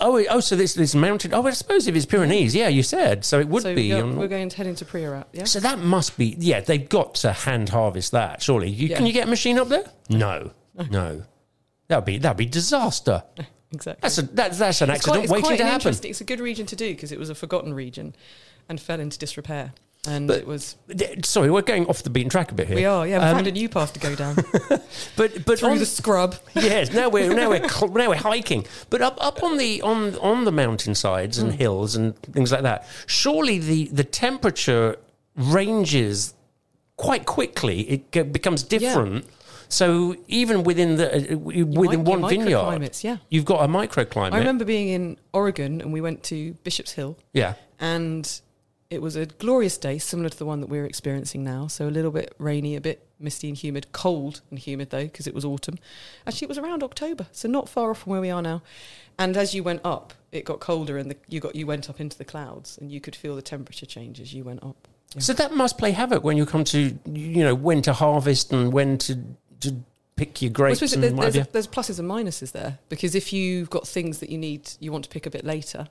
S10: Oh, oh, so this this mountain. Oh, I suppose if it's Pyrenees, yeah, you said. So it would
S7: so
S10: be.
S7: We're,
S10: on-
S7: we're going to head into Priorat. Yeah.
S10: so that must be. Yeah, they've got to hand harvest that. Surely, you,
S7: Yeah.
S10: can you get a machine up there? No, no, that'd be that'd be disaster.
S7: Exactly.
S10: That's a that's, that's an
S7: It's quite-
S10: accident
S7: it's
S10: waiting
S7: quite
S10: to
S7: an
S10: happen.
S7: interesting- It's a good region to do because it was a forgotten region, and fell into disrepair. And
S10: But-
S7: it was.
S10: D- Sorry, we're going off the beaten track a bit here.
S7: We are. Yeah. We
S10: Um,
S7: found a new path to
S10: [LAUGHS]
S7: go down.
S10: but but
S7: through
S10: on-
S7: the scrub.
S10: yes, now we're now we're cl- now we're hiking, but up up on the on on the mountainsides and
S7: Mm.
S10: hills and things like that. Surely the the temperature ranges quite quickly. It ge- becomes different. So even within the uh, within
S7: your
S10: one vineyard,
S7: microclimates, yeah.
S10: you've got a microclimate.
S7: I remember being in Oregon, and we went to Bishop's Hill.
S10: Yeah.
S7: and it was a glorious day, similar to the one that we're experiencing now. So a little bit rainy, a bit misty and humid, cold and humid though, because it was autumn. Actually, it was around October, so not far off from where we are now. And as you went up, it got colder, and the, you got you went up into the clouds, and you could feel the temperature change as you went up.
S10: So that must play havoc when you come to you know when to harvest and when to to pick your
S7: Well, I
S10: grapes
S7: suppose
S10: and
S7: there-
S10: Mm, what
S7: there's,
S10: have you.
S7: there's pluses and minuses there because if you've got things that you need, you want to pick a bit later.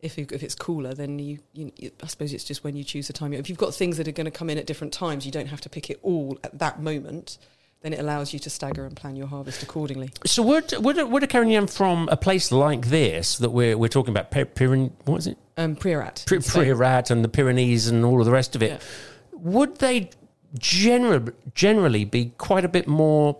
S7: If you, if it's cooler, then you, you I suppose it's just when you choose the time. If you've got things that are going to come in at different times, you don't have to pick it all at that moment. then it allows you to stagger and plan your harvest accordingly.
S10: So would would would a Carignan from a place like this that we're we're talking about Pir- Pirin, what is it?
S7: Um, Priorat.
S10: Pri-
S7: in Spain.
S10: Priorat and the Pyrenees and all of the rest of it. Would they generally generally be quite a bit more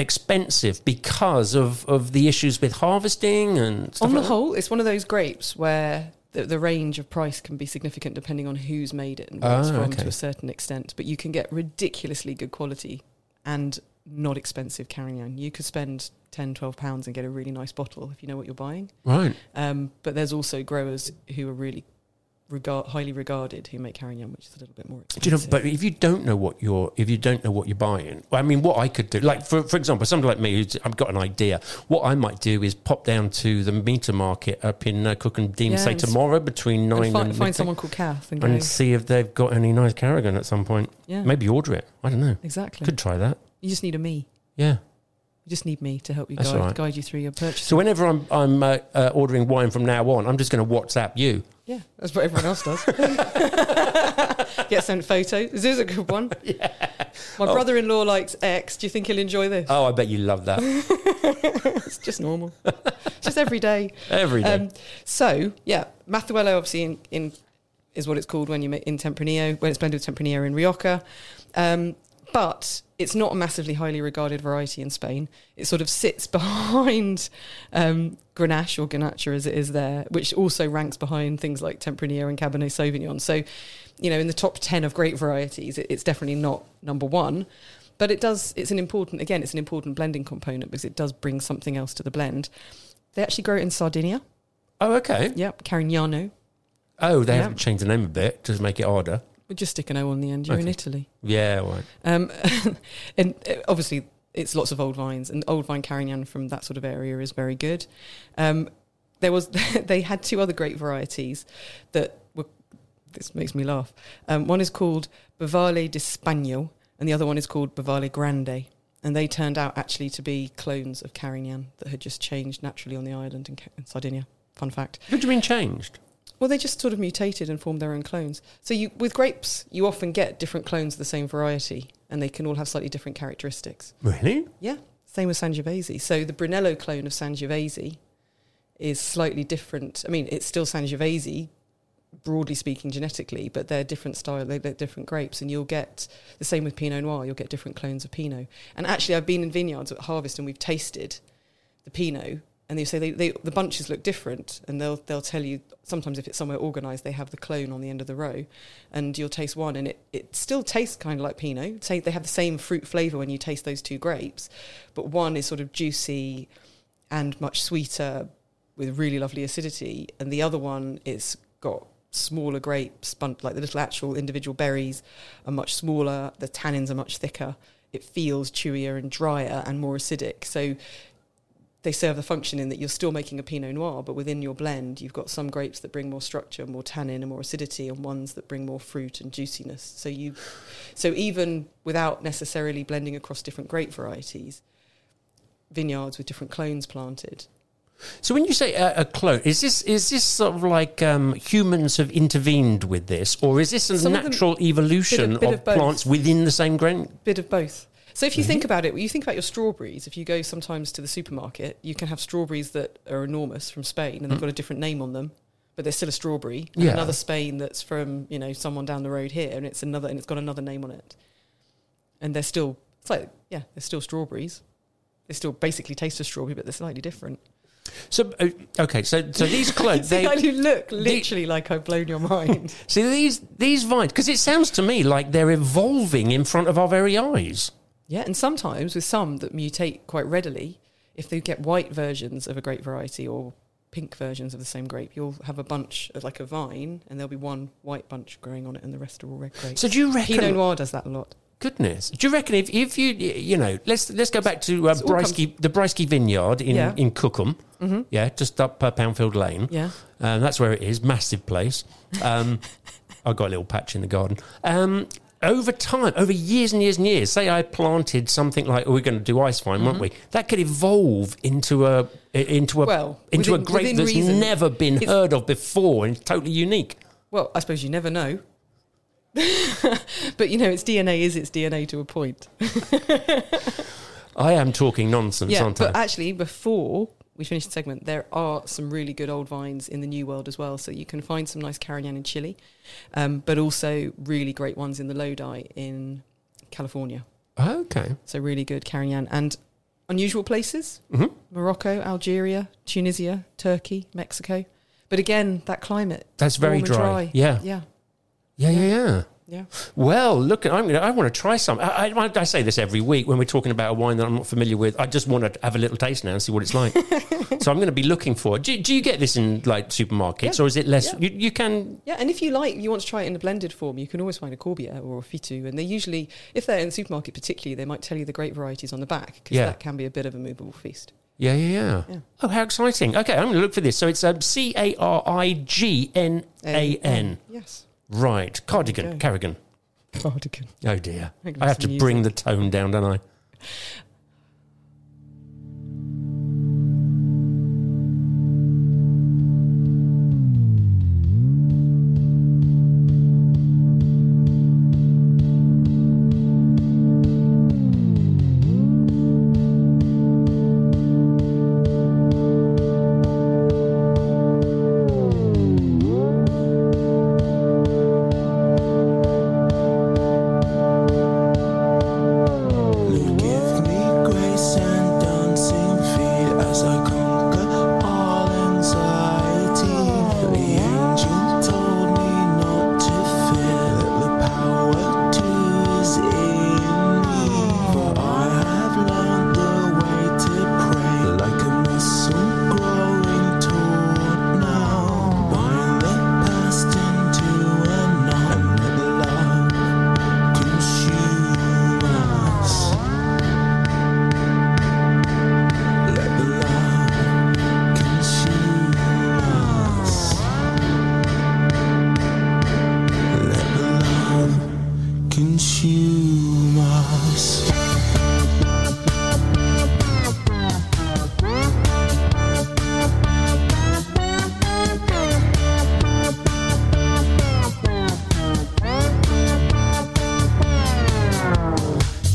S10: expensive because of of the issues with harvesting and stuff
S7: On the
S10: like that?
S7: whole, it's one of those grapes where the, the range of price can be significant depending on who's made it and where it's
S10: Ah,
S7: from
S10: okay.
S7: to a certain extent. But you can get ridiculously good quality and not expensive Carignan. You could spend 10, 12 pounds and get a really nice bottle if you know what you're buying.
S10: Right.
S7: Um, but there's also growers who are really regard, highly regarded who make Carignan, which is a little bit more expensive.
S10: Do you know? But if you don't know what you're, if you don't know what you're buying, I mean, what I could do, like for for example, somebody like me, who's, I've got an idea. What I might do is pop down to the meter market up in uh, Cook and Dean,
S7: Yeah,
S10: say
S7: and s-
S10: tomorrow between nine
S7: and
S10: and,
S7: fi- find
S10: midday
S7: someone called Kath and, go,
S10: and see if they've got any nice carrigan at some point.
S7: Yeah.
S10: Maybe order it. I don't know.
S7: Exactly.
S10: Could try that.
S7: you just need a me.
S10: Yeah.
S7: You just need me to help you
S10: That's
S7: guide,
S10: all right.
S7: guide you through your purchase.
S10: So whenever I'm I'm uh, uh, ordering wine from now on, I'm just going to WhatsApp you.
S7: Yeah, that's what everyone else does. [LAUGHS] Get sent photos. This is a good one. [LAUGHS] Yeah. My
S10: Oh.
S7: brother-in-law likes X. Do you think he'll enjoy this?
S10: Oh, I bet you love that.
S7: [LAUGHS] it's just [LAUGHS] normal. It's just every day.
S10: Every day.
S7: Um, so yeah, Mathuelo obviously in, in is what it's called when you make in Tempranillo when it's blended with Tempranillo in Rioja, um, but it's not a massively highly regarded variety in Spain. It sort of sits [LAUGHS] behind um, Grenache or Ganacha as it is there, which also ranks behind things like Tempranillo and Cabernet Sauvignon. So, you know, in the top ten of great varieties, it, it's definitely not number one but it does it's an important again it's an important blending component because it does bring something else to the blend they actually grow it in sardinia
S10: oh okay
S7: yep carignano
S10: Oh, they
S7: Yeah.
S10: haven't changed the name a bit to make it harder.
S7: we just stick an o on the end you're in
S10: Okay.
S7: italy
S10: Yeah, right.
S7: um, [LAUGHS] and uh, obviously it's lots of old vines and old vine carignan from that sort of area is very good um, there was [LAUGHS] they had two other great varieties that were this makes me laugh um, one is called bavale di spagno and the other one is called bavale grande and they turned out actually to be clones of carignan that had just changed naturally on the island in, Ca- in sardinia fun fact
S10: What do you mean changed?
S7: well, they just sort of mutated and formed their own clones. So you, with grapes, you often get different clones of the same variety, and they can all have slightly different characteristics.
S10: Really?
S7: Yeah, same with Sangiovese. So the Brunello clone of Sangiovese is slightly different. I mean, it's still Sangiovese, broadly speaking, genetically, but they're different style, they- they're different grapes, and you'll get the same with Pinot Noir. You'll get different clones of Pinot. And actually, I've been in vineyards at harvest, and we've tasted the Pinot, and they say they, they the bunches look different, and they'll they'll tell you sometimes if it's somewhere organised, they have the clone on the end of the row, and you'll taste one, and it, it still tastes kind of like Pinot. Say they have the same fruit flavour when you taste those two grapes, but one is sort of juicy and much sweeter with really lovely acidity, and the other one it's got smaller grapes, bun- like the little actual individual berries are much smaller, the tannins are much thicker. It feels chewier and drier and more acidic. So they serve the function in that you're still making a Pinot Noir, but within your blend, you've got some grapes that bring more structure, more tannin, and more acidity, and ones that bring more fruit and juiciness. So you, so even without necessarily blending across different grape varieties, vineyards with different clones planted.
S10: So when you say a, a clone, is this is this sort of like um, humans have intervened with this, or is this a
S7: Some of them-
S10: natural evolution
S7: bit of- bit
S10: of,
S7: of both.
S10: plants within the same grain?
S7: Bit of both. So if you
S10: Mm-hmm.
S7: think about it, when you think about your strawberries, if you go sometimes to the supermarket, you can have strawberries that are enormous from Spain, and they've
S10: Mm.
S7: got a different name on them. But they're still a strawberry. And
S10: Yeah.
S7: Another Spain that's from you know someone down the road here, and it's another, and it's got another name on it. and they're still it's like yeah they're still strawberries they still basically taste of strawberry but they're slightly different
S10: So uh, okay, so so
S7: [LAUGHS]
S10: these clones,
S7: See,
S10: they,
S7: I do look literally like i've blown your mind
S10: see these these vines, because it sounds to me like they're evolving in front of our very eyes.
S7: yeah and sometimes with some that mutate quite readily if they get white versions of a grape variety or pink versions of the same grape you'll have a bunch of like a vine and there'll be one white bunch growing on it and the rest are all red grapes
S10: So do you reckon-
S7: pinot noir does that a lot
S10: Goodness, do you reckon if, if you you know let's let's go back to uh,
S7: It's all comes-
S10: Brysky, the Brysky Vineyard in
S7: Yeah.
S10: in Cookham,
S7: Mhm.
S10: yeah, just up uh, Poundfield Lane,
S7: Yeah.
S10: um, that's where it is, massive place. Um, [LAUGHS] I got a little patch in the garden. Um, over time, over years and years and years, say I planted something like oh, we're going to do ice vine, won't we?
S7: Mhm.
S10: That could evolve into a into a
S7: Well,
S10: into
S7: within-
S10: a grape
S7: within
S10: that's
S7: reason.
S10: never been
S7: It's-
S10: heard of before and totally unique.
S7: well i suppose you never know [LAUGHS] but you know, its DNA is its DNA to a point.
S10: I am talking nonsense,
S7: yeah,
S10: aren't I?
S7: but actually, before we finish the segment, there are some really good old vines in the New World as well. So you can find some nice Carignan in Chile, um, but also really great ones in the Lodi in California.
S10: Okay.
S7: So really good Carignan and unusual places
S10: Mhm.
S7: Morocco, Algeria, Tunisia, Turkey, Mexico. But again, that climate.
S10: That's very
S7: warm and
S10: dry. Yeah.
S7: Yeah.
S10: Yeah, yeah, yeah.
S7: Yeah.
S10: Well, look, I'm gonna, I want to try some. I, I, I say this every week when we're talking about a wine that I'm not familiar with. I just want to have a little taste now and see what it's
S7: [LAUGHS]
S10: like. so I'm going to be looking for. Do, do you get this in like supermarkets
S7: Yeah.
S10: or is it less?
S7: Yeah.
S10: You, you can.
S7: Yeah, and if you like, you want to try it in a blended form, you can always find a Corbière or a Fitu. And they usually, if they're in the supermarket particularly, they might tell you the grape varieties on the back because
S10: Yeah.
S7: that can be a bit of a movable feast.
S10: Yeah, yeah, yeah.
S7: Yeah.
S10: Oh, how exciting! Okay, I'm going to look for this. So it's um, C A R I G N A N.
S7: Yes.
S10: Right,
S7: There
S10: cardigan,
S7: you go.
S10: cardigan.
S7: Cardigan.
S10: Oh dear,
S7: Make
S10: I have
S7: some
S10: to
S7: music.
S10: bring the tone down, don't I?
S1: Grace and dancing feet as I conquer all anxiety. The angel told me not to fear that the power to is in me. For I have learned the way to pray like a muscle growing toward now. Bind the past into a knot and let love consume us. Let the love consume us. Let the love consume us.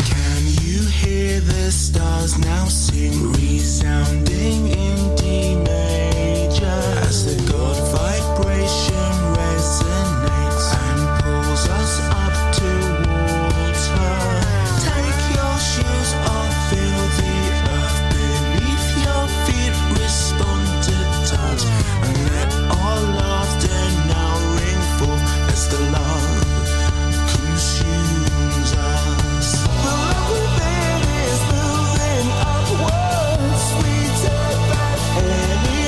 S1: Can you hear the stars now sing, resounding in D major? As the God vibration resonates and pulls us up to water. Take your shoes off, feel the earth beneath your feet, respond to touch, and let all laughter now ring forth as the love consumes us. The love within is moving upwards. We take back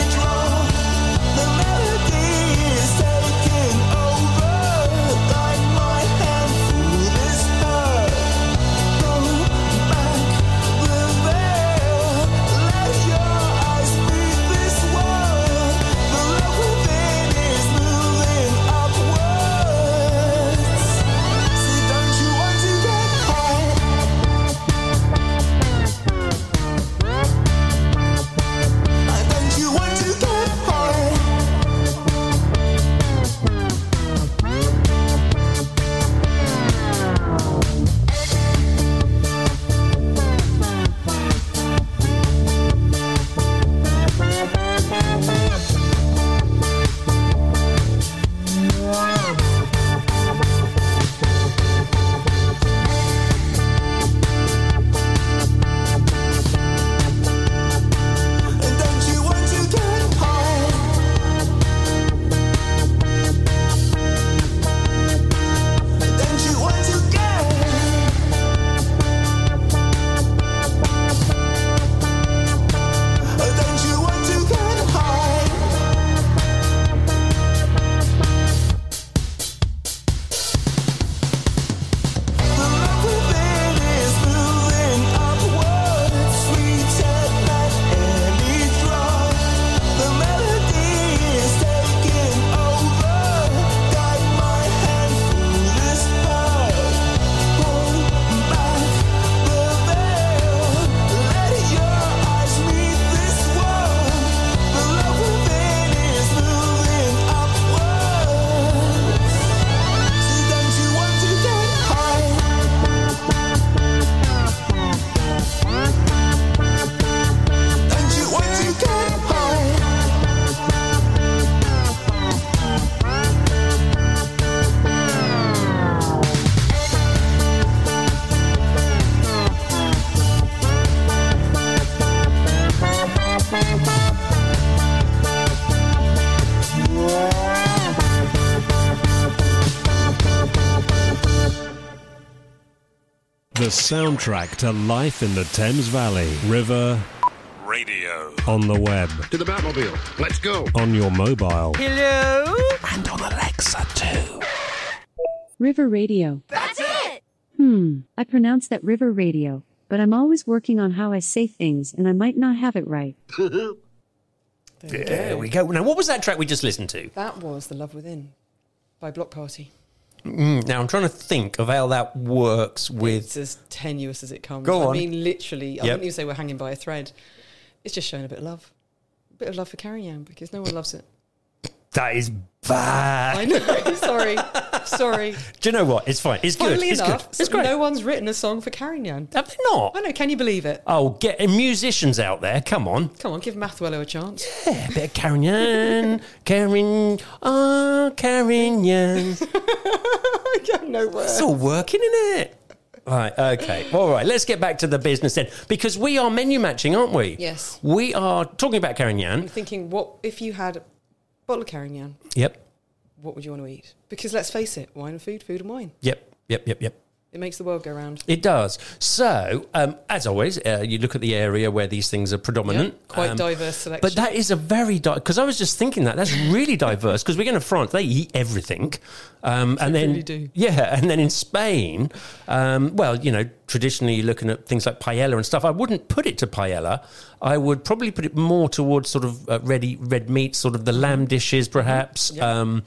S12: The soundtrack to life in the Thames Valley. River
S8: Radio.
S12: on the web.
S8: To the Batmobile. Let's go.
S12: On your mobile.
S8: Hello?
S12: And on Alexa too.
S13: River Radio.
S8: That's it!
S13: Hmm, I pronounce that River Radio, but I'm always working on how I say things and I might not have it right.
S10: There, we go. Now, what was that track we just listened to?
S7: That was The Love Within by Block Party.
S10: Mm, now, I'm trying to think of how that works
S7: It's
S10: with.
S7: as tenuous as it comes.
S10: Go on.
S7: I mean, literally,
S10: Yep.
S7: I wouldn't even say we're hanging by a thread. It's just showing a bit of love. A bit of love for Carrie Ann because no one loves it.
S10: That is bad.
S7: I know. [LAUGHS] sorry. Sorry.
S10: Do you know what? It's fine. It's good.
S7: Funnily
S10: It's good.
S7: enough,
S10: It's great.
S7: no one's written a song for Carignan.
S10: Have they not?
S7: I know. Can you believe it?
S10: Oh, get musicians out there. Come on.
S7: Come on, give Mathwello a chance. [LAUGHS]
S10: Yeah, a bit of Carignan. Carin. Oh, Carignan.
S7: I don't know where.
S10: It's all working, isn't it? Right, okay. All right, let's get back to the business then. Because we are menu matching, aren't we?
S7: Yes.
S10: We are talking about
S7: I'm
S10: Carignan.
S7: thinking, what if you had a bottle of Carignan?
S10: Yep,
S7: What would you want to eat? Because let's face it, wine and food, food and wine.
S10: yep, yep, yep, yep.
S7: It makes the world go round.
S10: It does. So, um, as always, uh, you look at the area where these things are predominant.
S7: Yeah, quite
S10: Um,
S7: diverse selection.
S10: But that is a very because I was just thinking that that's really diverse because we're going to France, they eat everything, um, and then
S7: really do.
S10: yeah, and then in Spain, um, well, you know, traditionally you're looking at things like paella and stuff. I wouldn't put it to paella. I would probably put it more towards sort of uh, ready red meat, sort of the lamb
S7: Mm-hmm.
S10: dishes, perhaps. Um,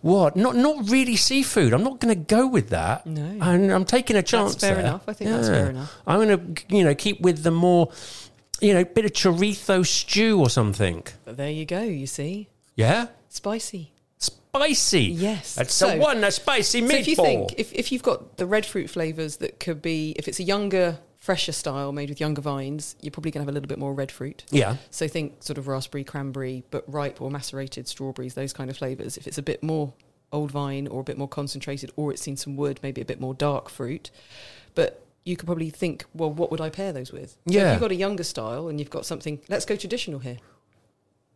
S10: what? Not not really seafood. I'm not going to go with that. No, I'm, I'm taking a chance.
S7: fair
S10: there.
S7: enough. I think that's fair enough.
S10: I'm going to you know keep with the more. You know, bit of chorizo stew or something.
S7: But there you go, you see.
S10: Yeah?
S7: Spicy.
S10: Spicy.
S7: Yes.
S10: That's
S7: So-
S10: the one, a spicy meatball.
S7: So if you think, if, if you've got the red fruit flavours that could be, if it's a younger, fresher style made with younger vines, you're probably going to have a little bit more red fruit.
S10: Yeah.
S7: So think sort of raspberry, cranberry, but ripe or macerated strawberries, those kind of flavours. If it's a bit more old vine or a bit more concentrated, or it's seen some wood, maybe a bit more dark fruit. But you could probably think, well, what would I pair those with? So if
S10: Yeah.
S7: you've got a younger style and you've got something, let's go traditional here.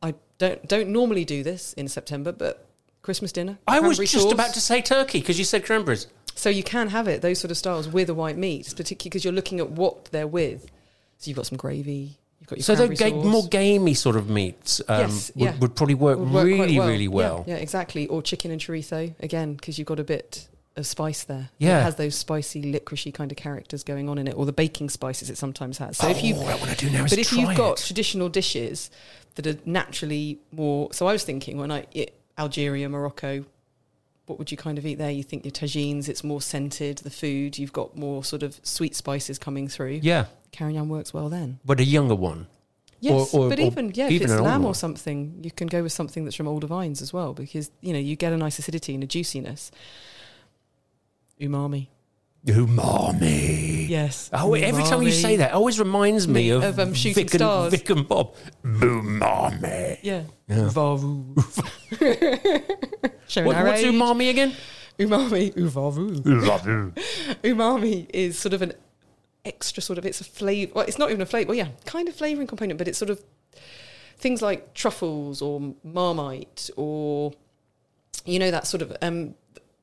S7: I don't don't normally do this in September, but Christmas dinner.
S10: I was
S7: cranberry
S10: just
S7: sauce.
S10: about to say turkey because you said cranberries.
S7: So you can have it those sort of styles with a white meat, particularly because you're looking at what they're with. So you've got some gravy. You've got your
S10: So the
S7: cranberry
S10: ga-
S7: sauce.
S10: more gamey sort of meats um,
S7: Yes,
S10: would,
S7: yeah.
S10: would probably work,
S7: Would quite
S10: really,
S7: well.
S10: really
S7: Yeah,
S10: well.
S7: Yeah, exactly. Or chicken and chorizo again, because you've got a bit of spice there.
S10: Yeah.
S7: it has those spicy licoricey kind of characters going on in it, or the baking spices it sometimes has. So if you,
S10: Oh, what I wanna do now is
S7: but if
S10: try
S7: you've got traditional dishes that are naturally more. So I was thinking when I it, Algeria, Morocco. What would you kind of eat there? You think your tagines, it's more scented, the food, you've got more sort of sweet spices coming through.
S10: Yeah.
S7: Carignan works well then.
S10: But a younger one.
S7: Yes, but even yeah, if
S10: an
S7: it's
S10: older
S7: lamb
S10: one.
S7: or something, you can go with something that's from older vines as well because you know you get a nice acidity and a juiciness. Umami.
S10: Umami.
S7: Yes.
S10: Oh, every time you
S7: umami.
S10: say that, it always reminds me
S7: Me-
S10: of,
S7: of, um, Shooting
S10: Vic and,
S7: Stars.
S10: Vic and Bob. Umami.
S7: Yeah.
S10: Yeah. [LAUGHS]
S7: Varu. Showing
S10: What-
S7: our
S10: what's
S7: age.
S10: umami again?
S7: Umami. Uvaru.
S10: Uvaru.
S7: umami is sort of an extra sort of it's a flavor. Well, it's not even a flavor. Well, yeah, kind of flavoring component, but it's sort of things like truffles or marmite or you know that sort of um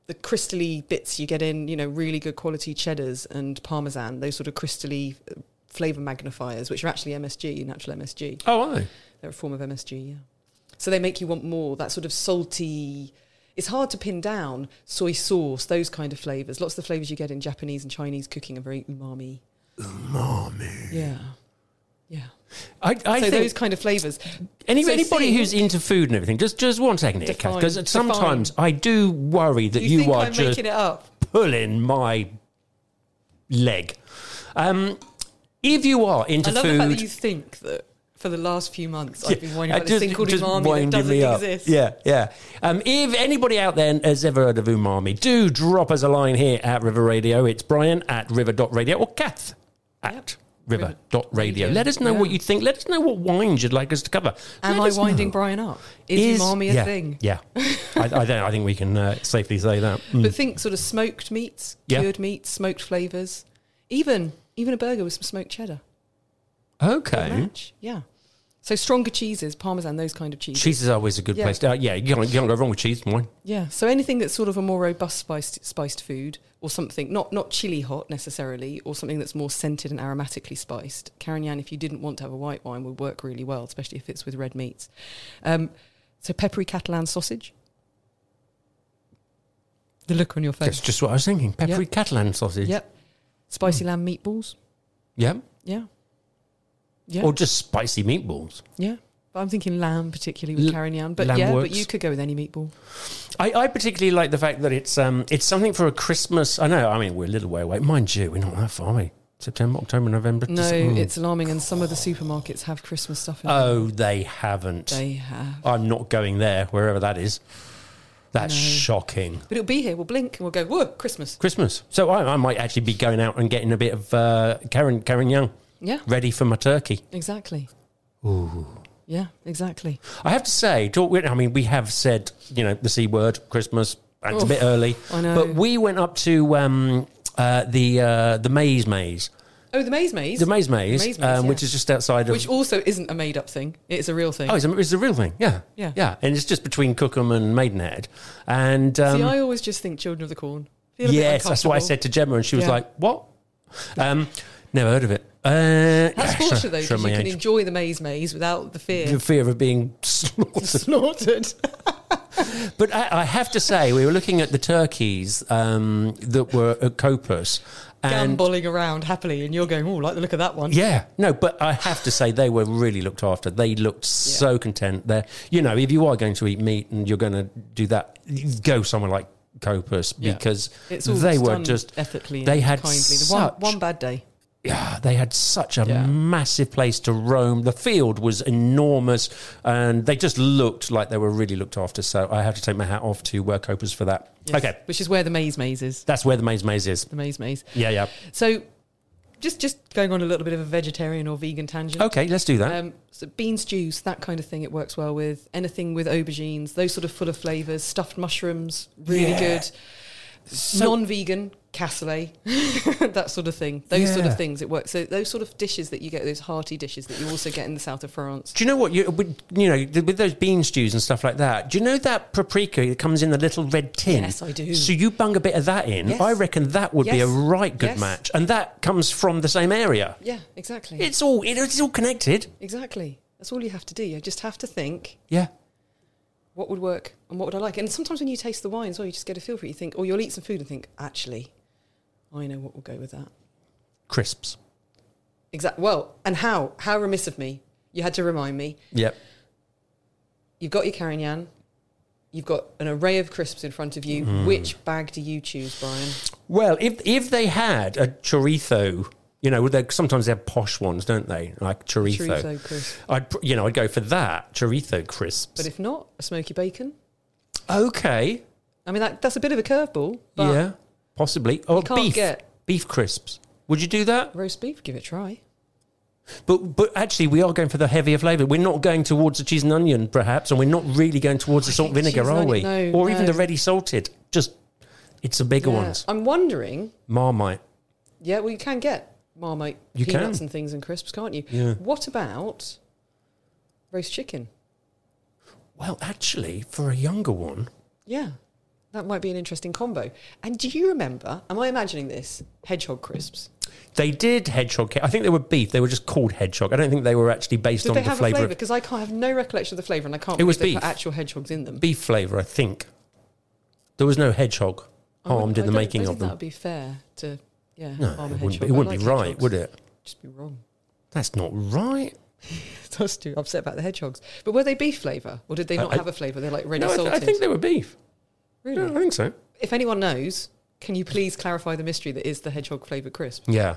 S7: the crystally bits you get in you know really good quality cheddars and parmesan those sort of crystally uh, flavor magnifiers which are actually msg natural msg
S10: Oh, are they?
S7: they're a form of msg yeah so they make you want more that sort of salty it's hard to pin down soy sauce those kind of flavors lots of the flavors you get in japanese and chinese cooking are very umami umami yeah yeah
S10: I, I think
S7: so those kind of flavors
S10: Any,
S7: So
S10: anybody
S7: seeing-
S10: who's into food and everything, just just one second here,
S7: Define-
S10: because
S7: define.
S10: sometimes I do worry that you,
S7: you, think
S10: are
S7: I'm
S10: just
S7: making it up
S10: pulling my leg. Um, if you are into
S7: I love
S10: food,
S7: the fact that you think that for the last few months I've been whining
S10: I
S7: about this thing called umami
S10: winding
S7: that doesn't
S10: me up.
S7: exist.
S10: Yeah, yeah. Um, if anybody out there has ever heard of umami, do drop us a line here at River Radio. It's Brian at river.radio or Kath at river dot river.radio. Let us know what you think. Let us know what wines you'd like us to cover.
S7: Am
S10: Let
S7: I
S10: us know.
S7: winding Brian up? Is, umami a
S10: yeah,
S7: thing?
S10: Yeah, I,
S7: [LAUGHS]
S10: I, don't, I think we can uh, safely say that. Mm.
S7: But think sort of smoked meats,
S10: Yeah.
S7: cured meats, smoked flavours, even even a burger with some smoked cheddar.
S10: okay,
S7: Match. Yeah. So stronger cheeses, parmesan, those kind of cheeses.
S10: Cheese is always a good
S7: Yeah.
S10: place. To, uh, yeah, you can't, you can't go wrong with cheese and wine.
S7: Yeah. So anything that's sort of a more robust spiced spiced food or something not not chili hot necessarily or something that's more scented and aromatically spiced. Carignan, if you didn't want to have a white wine, would work really well, especially if it's with red meats. Um, so peppery Catalan sausage. The look on your face.
S10: That's just Hmm. what I was thinking. Peppery
S7: Yep.
S10: Catalan sausage.
S7: Yep. Spicy lamb meatballs.
S10: Yeah.
S7: Yeah. Yeah.
S10: Or just spicy meatballs.
S7: yeah. But I'm thinking lamb particularly with
S10: L-
S7: carignan. But
S10: lamb
S7: yeah, but
S10: works.
S7: you could go with any meatball.
S10: I, I particularly like the fact that it's um it's something for a Christmas. I know. I mean, we're a little way away, mind you. We're not that far away. September, October, November.
S7: No,
S10: Dece- mm.
S7: it's alarming, and some of the supermarkets have Christmas stuff. in them.
S10: Oh, they haven't.
S7: They have.
S10: I'm not going there, wherever that is. That's shocking.
S7: But it'll be here. We'll blink and we'll go, whoa, Christmas.
S10: Christmas. So I, I might actually be going out and getting a bit of uh, Karen Karen Young
S7: Yeah.
S10: ready for my turkey.
S7: Exactly.
S10: Ooh.
S7: Yeah, exactly.
S10: I have to say, talk, I mean, we have said, you know, the C word, Christmas, and it's a bit
S7: Oof,
S10: early.
S7: I know.
S10: But we went up to um, uh, the uh, the Maze Maze.
S7: Oh, the Maze Maze.
S10: The Maze Maze, um,
S7: yeah.
S10: which is just outside of.
S7: Which also isn't a made up thing. It's a real thing.
S10: oh, it's a, it's a real thing. Yeah.
S7: Yeah.
S10: Yeah. And it's just between Cookham and Maidenhead. And. Um,
S7: See, I always just think Children of the Corn. Feel a bit
S10: Yes, that's what I
S7: uncomfortable.
S10: said to Gemma, and she was
S7: Yeah.
S10: like, "What? Um, never heard of it." Uh,
S7: That's
S10: [LAUGHS]
S7: fortunate, though,
S10: show
S7: because
S10: my
S7: you can
S10: age.
S7: enjoy the Maze Maze without the fear. [LAUGHS]
S10: the [LAUGHS] fear of being slaughtered.
S7: Slaughtered.
S10: [LAUGHS] but I, I have to say, we were looking at the turkeys um, that were at Copus, and
S7: Gamboling around happily, and you're going, oh, like the look of that one.
S10: yeah, no, but I have to say they were really looked after. They looked so content there. You know, if you are going to eat meat and you're going to do that, go somewhere like Copus
S7: Yeah.
S10: because
S7: It's all
S10: they were
S7: done
S10: just
S7: ethically.
S10: They
S7: and
S10: had
S7: kindly. The
S10: such
S7: one, one bad day.
S10: yeah, [SIGHS] they had such a massive place to roam. The field was enormous, and they just looked like they were really looked after. So I have to take my hat off to uh, Copers for that.
S7: Yes.
S10: Okay,
S7: Which is where the Maze Maze is.
S10: that's where the maze maze is.
S7: The Maze Maze.
S10: Yeah, yeah.
S7: So, just just going on a little bit of a vegetarian or vegan tangent.
S10: Okay, let's do that.
S7: Um, so beans juice, that kind of thing, it works well with anything with aubergines. Those sort of full of flavors, stuffed mushrooms, really
S10: Yeah.
S7: good. Non-vegan cassoulet, [LAUGHS] that sort of thing. Those sort
S10: Yeah.
S7: of things it works. So those sort of dishes that you get, those hearty dishes that you also get in the south of France.
S10: Do you know what you with, you know th- with those bean stews and stuff like that? Do you know that paprika that comes in the little red tin?
S7: Yes, I do.
S10: So you bung a bit of that in.
S7: Yes.
S10: I reckon that would be a
S7: Yes.
S10: right good
S7: Yes.
S10: match, and that comes from the same area.
S7: Yeah, exactly.
S10: It's all it- it's all connected.
S7: exactly. That's all you have to do. You just have to think
S10: Yeah.
S7: what would work and what would I like. And sometimes when you taste the wines, or you just get a feel for it, you think, or you'll eat some food and think, actually, I know what will go with that.
S10: Crisps.
S7: Exactly. Well, and how? How remiss of me. You had to remind me.
S10: Yep.
S7: You've got your Carignan. You've got an array of crisps in front of you.
S10: Hmm.
S7: Which bag do you choose, Brian?
S10: Well, if if they had a chorizo, you know, they sometimes they have posh ones, don't they? Like chorizo.
S7: Chorizo crisp.
S10: I'd pr- you know I'd go for that chorizo crisps.
S7: But if not, a smoky bacon.
S10: okay,
S7: I mean, that, that's a bit of a curveball. But
S10: yeah, possibly. Or
S7: can't
S10: beef
S7: get-
S10: beef crisps. Would you do that?
S7: Roast beef, give it a try.
S10: But but actually, we are going for the heavier flavour. We're not going towards the cheese and onion, perhaps, and we're not really going towards the salt
S7: think
S10: vinegar,
S7: [LAUGHS] cheese
S10: are
S7: and
S10: we?
S7: onion- no,
S10: or even
S7: no.
S10: the ready salted. Just it's the bigger
S7: Yeah.
S10: ones.
S7: I'm wondering.
S10: Marmite.
S7: Yeah, well, you can get Marmite
S10: You
S7: peanuts
S10: can.
S7: and things and crisps, can't you?
S10: Yeah.
S7: What about roast chicken?
S10: Well, actually, for a younger one,
S7: Yeah, that might be an interesting combo. And do you remember? Am I imagining this? Hedgehog crisps.
S10: They did hedgehog. ca- I think they were beef. They were just called hedgehog. I don't think they were actually based
S7: Did
S10: on
S7: they
S10: the
S7: have a
S10: flavour
S7: flavour?
S10: of
S7: Because I can't have no recollection of the flavour, and I can't.
S10: It was
S7: believe they put
S10: beef.
S7: actual hedgehogs in them.
S10: beef flavour. I think there was no hedgehog
S7: Oh, I wouldn't-
S10: harmed in
S7: I
S10: Oh, the
S7: don't- I
S10: making
S7: don't
S10: of
S7: think That
S10: them.
S7: would be fair to yeah.
S10: No,
S7: harm a
S10: it wouldn't,
S7: hedgehog.
S10: be,
S7: I
S10: it wouldn't
S7: like
S10: be right,
S7: hedgehogs.
S10: would it?
S7: Just be wrong. [LAUGHS]
S10: That's not right.
S7: That's too upset about the hedgehogs. But were they beef flavour, or did they
S10: I-
S7: not
S10: I-
S7: have a flavour? They're like ready
S10: No, I, th-
S7: salted.
S10: I think they were beef.
S7: really.
S10: Yeah, I think so.
S7: If anyone knows, can you please clarify the mystery that is the hedgehog flavoured crisp?
S10: Yeah,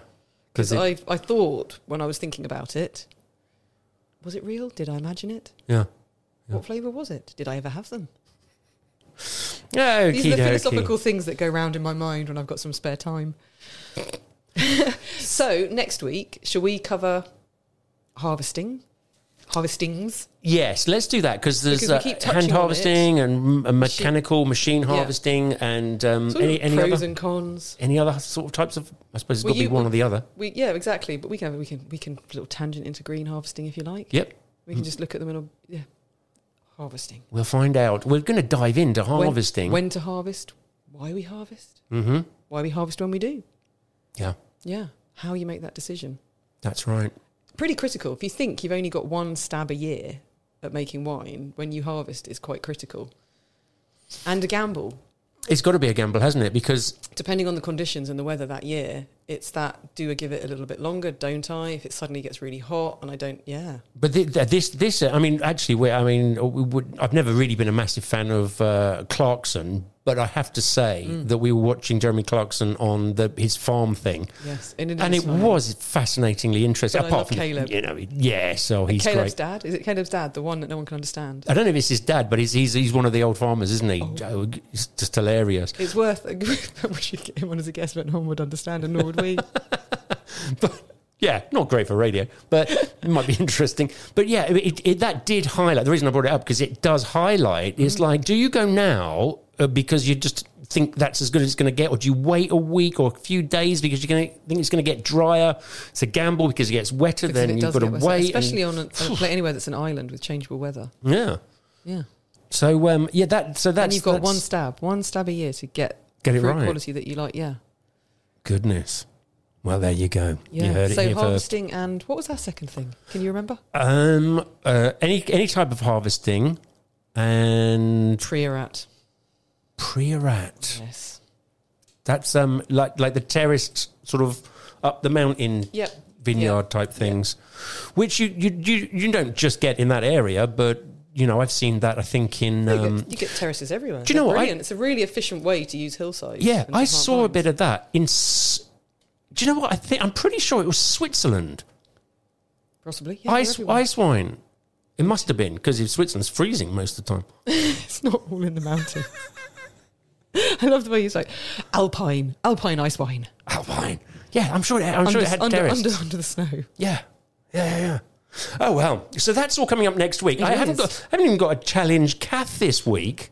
S10: because
S7: Because I I thought when I was thinking about it, was it real? Did I imagine it?
S10: yeah.
S7: What flavour was it? Did I ever have them?
S10: Okay,
S7: These are the philosophical things that go round in my mind when I've got some spare time. [LAUGHS] so next week, shall we cover harvesting? Harvestings.
S10: Yes, let's do that because there's
S7: Because we
S10: uh,
S7: keep touching
S10: hand
S7: on it.
S10: harvesting and, and mechanical machine
S7: Yeah.
S10: harvesting and um,
S7: Sort
S10: any
S7: of
S10: any
S7: pros
S10: other
S7: and cons.
S10: any other sort of types of. I suppose it's
S7: Well,
S10: got to be
S7: you-
S10: one or the other.
S7: We yeah, exactly. But we can we can we can little tangent into green harvesting if you like.
S10: Yep.
S7: We can just look at them and yeah, harvesting.
S10: We'll find out. We're going to dive into
S7: When-
S10: harvesting.
S7: When, to harvest? Why we harvest?
S10: mm-hmm.
S7: Why we harvest when we do?
S10: Yeah,
S7: Yeah, how you make that decision.
S10: that's right.
S7: Pretty critical. If you think you've only got one stab a year at making wine, when you harvest, it's quite critical. And a gamble,
S10: It's got to be a gamble, hasn't it? Because
S7: depending on the conditions and the weather that year. It's that do I give it a little bit longer? Don't I? If it suddenly gets really hot and I don't, yeah.
S10: But thi- th- this, this, uh, I mean, actually, we, I mean, we would, I've never really been a massive fan of uh, Clarkson, but I have to say
S7: Mm.
S10: that we were watching Jeremy Clarkson on the, his farm thing,
S7: Yes, in
S10: and it
S7: time.
S10: was fascinatingly interesting.
S7: But I love
S10: apart from
S7: Caleb.
S10: you know, yeah, so
S7: And
S10: he's
S7: Caleb's
S10: great.
S7: dad. Is it Caleb's dad, the one that no one can understand?
S10: I don't know if it's his dad, but he's he's, he's one of the old farmers, isn't he? Oh, It's just hilarious.
S7: It's worth. [LAUGHS] we should get him on as a guest, but no one would understand, and nor would we.
S10: Yeah, not great for radio, but it might be [LAUGHS] interesting. But yeah, it, it, that did highlight the reason I brought it up because it does highlight. It's
S7: Mm-hmm.
S10: like, do you go now uh, because you just think that's as good as it's going to get, or do you wait a week or a few days because you're going to think it's going to get drier? It's a gamble because it gets wetter.
S7: Because
S10: then
S7: it
S10: you've
S7: does
S10: got to
S7: get worse,
S10: wait, and-
S7: especially on a,
S10: [SIGHS]
S7: on a pla- anywhere that's an island with changeable weather.
S10: yeah.
S7: Yeah,
S10: So um, yeah, that so that's
S7: and you've got
S10: that's-
S7: one stab, one stab a year to get
S10: Get it
S7: fruit
S10: right.
S7: quality that you like. Yeah,
S10: goodness. Well, there you go.
S7: yeah.
S10: You heard it
S7: so
S10: here first.
S7: harvesting and what was our second thing? Can you remember?
S10: Um, uh, any any type of harvesting and
S7: Priorat.
S10: Priorat.
S7: Yes.
S10: That's um like like the terraced sort of up the mountain
S7: Yep.
S10: vineyard type things, which you, you you you don't just get in that area, but you know I've seen that I think in
S7: No, you,
S10: um,
S7: get, you get terraces everywhere.
S10: do you know
S7: They're
S10: what? I-
S7: Brilliant. it's a really efficient way to use hillsides.
S10: yeah
S7: and
S10: I
S7: plant
S10: saw a bit of that in. S- do you know what I think? I'm pretty sure it was Switzerland.
S7: Possibly. Yeah, they're
S10: ice
S7: [LAUGHS] everywhere.
S10: ice wine. It must have been because Switzerland's freezing most of the time.
S7: It's not all in the mountain. [LAUGHS] I love the way you say alpine, alpine ice wine.
S10: Alpine. Oh, Yeah, I'm sure. It, I'm
S7: under,
S10: sure it had
S7: under,
S10: terraced.
S7: under, under the snow.
S10: Yeah. Yeah, yeah, yeah. Oh well. So that's all coming up next week.
S7: It
S10: I haven't
S7: is.
S10: got I haven't even got a challenge Kath this week.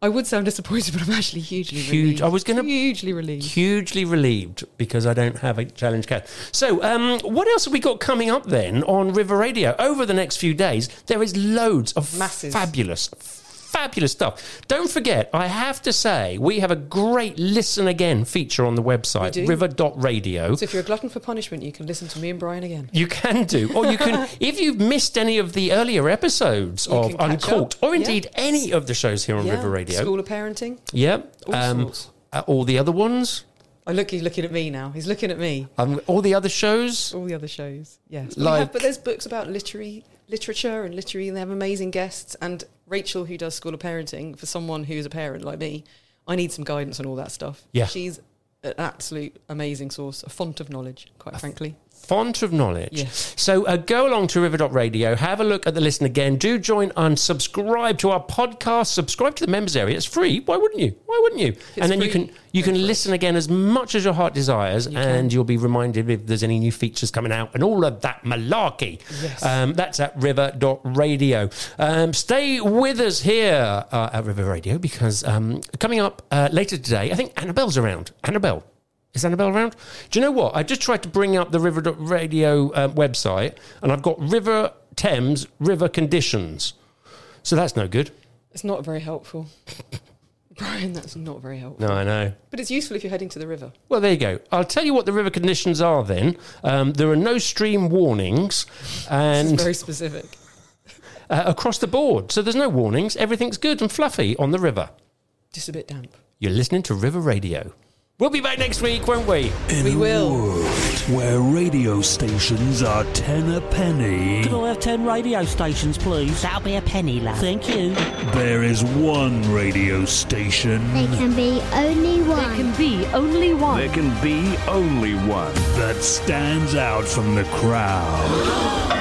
S7: I would sound disappointed, but I'm actually hugely
S10: Huge.
S7: relieved.
S10: I was going to
S7: hugely relieved.
S10: hugely relieved because I don't have a challenge Kath. So, um, what else have we got coming up then on River Radio over the next few days? There is loads of
S7: Masses.
S10: fabulous fabulous stuff. Don't forget, I have to say, we have a great listen again feature on the
S7: We
S10: website
S7: do.
S10: river.radio.
S7: So if you're a glutton for punishment, you can listen to me and Brian again.
S10: You can do, or you can,
S7: [LAUGHS]
S10: if you've missed any of the earlier episodes of
S7: can catch
S10: Uncorked,
S7: up,
S10: or
S7: yeah.
S10: indeed any of the shows here on
S7: Yeah.
S10: River Radio.
S7: School of Parenting.
S10: Yep.
S7: All
S10: um,
S7: sorts.
S10: uh, all the other ones,
S7: I Oh, look, he's looking at me now. He's looking at me.
S10: um, all the other shows.
S7: All the other shows. Yes. But, we have,
S10: Like,
S7: but there's books about literary literature and literary, and they have amazing guests. And Rachel, who does School of Parenting, for someone who is a parent like me, I need some guidance on all that stuff.
S10: Yeah.
S7: She's an absolute amazing source, a font of knowledge, quite frankly.
S10: font of knowledge.
S7: Yes.
S10: So uh, go along to river.radio, have a look at the listen again, do join and subscribe to our podcast, subscribe to the members area. It's free. Why wouldn't you? Why wouldn't you? and then you
S7: free,
S10: can you can listen again as much as your heart desires and you'll be reminded if there's any new features coming out and all of that malarkey.
S7: Yes.
S10: Um, that's at river.radio. Um, stay with us here uh, at River Radio because um, coming up uh, later today, I think Annabelle's around. Annabelle. Is Annabelle around? Do you know what? I just tried to bring up the River Radio uh, website and I've got River Thames River Conditions. So that's no good.
S7: It's not very helpful. [LAUGHS] Brian, that's not very helpful.
S10: No, I know.
S7: But it's useful if you're heading to the river.
S10: Well, there you go. I'll tell you what the river conditions are then. Um, there are no stream warnings and [LAUGHS]
S7: It's very specific.
S10: uh, across the board. So there's no warnings. Everything's good and fluffy on the river.
S7: Just a bit damp.
S10: You're listening to River Radio. We'll be back next week, won't we?
S3: In a world where radio stations are ten a penny,
S4: Could I have 10 radio stations, please? That'll be a penny, lad. Thank you.
S3: there is one radio station.
S6: There can be only one. There can be only one.
S3: can be only one that stands out from the crowd.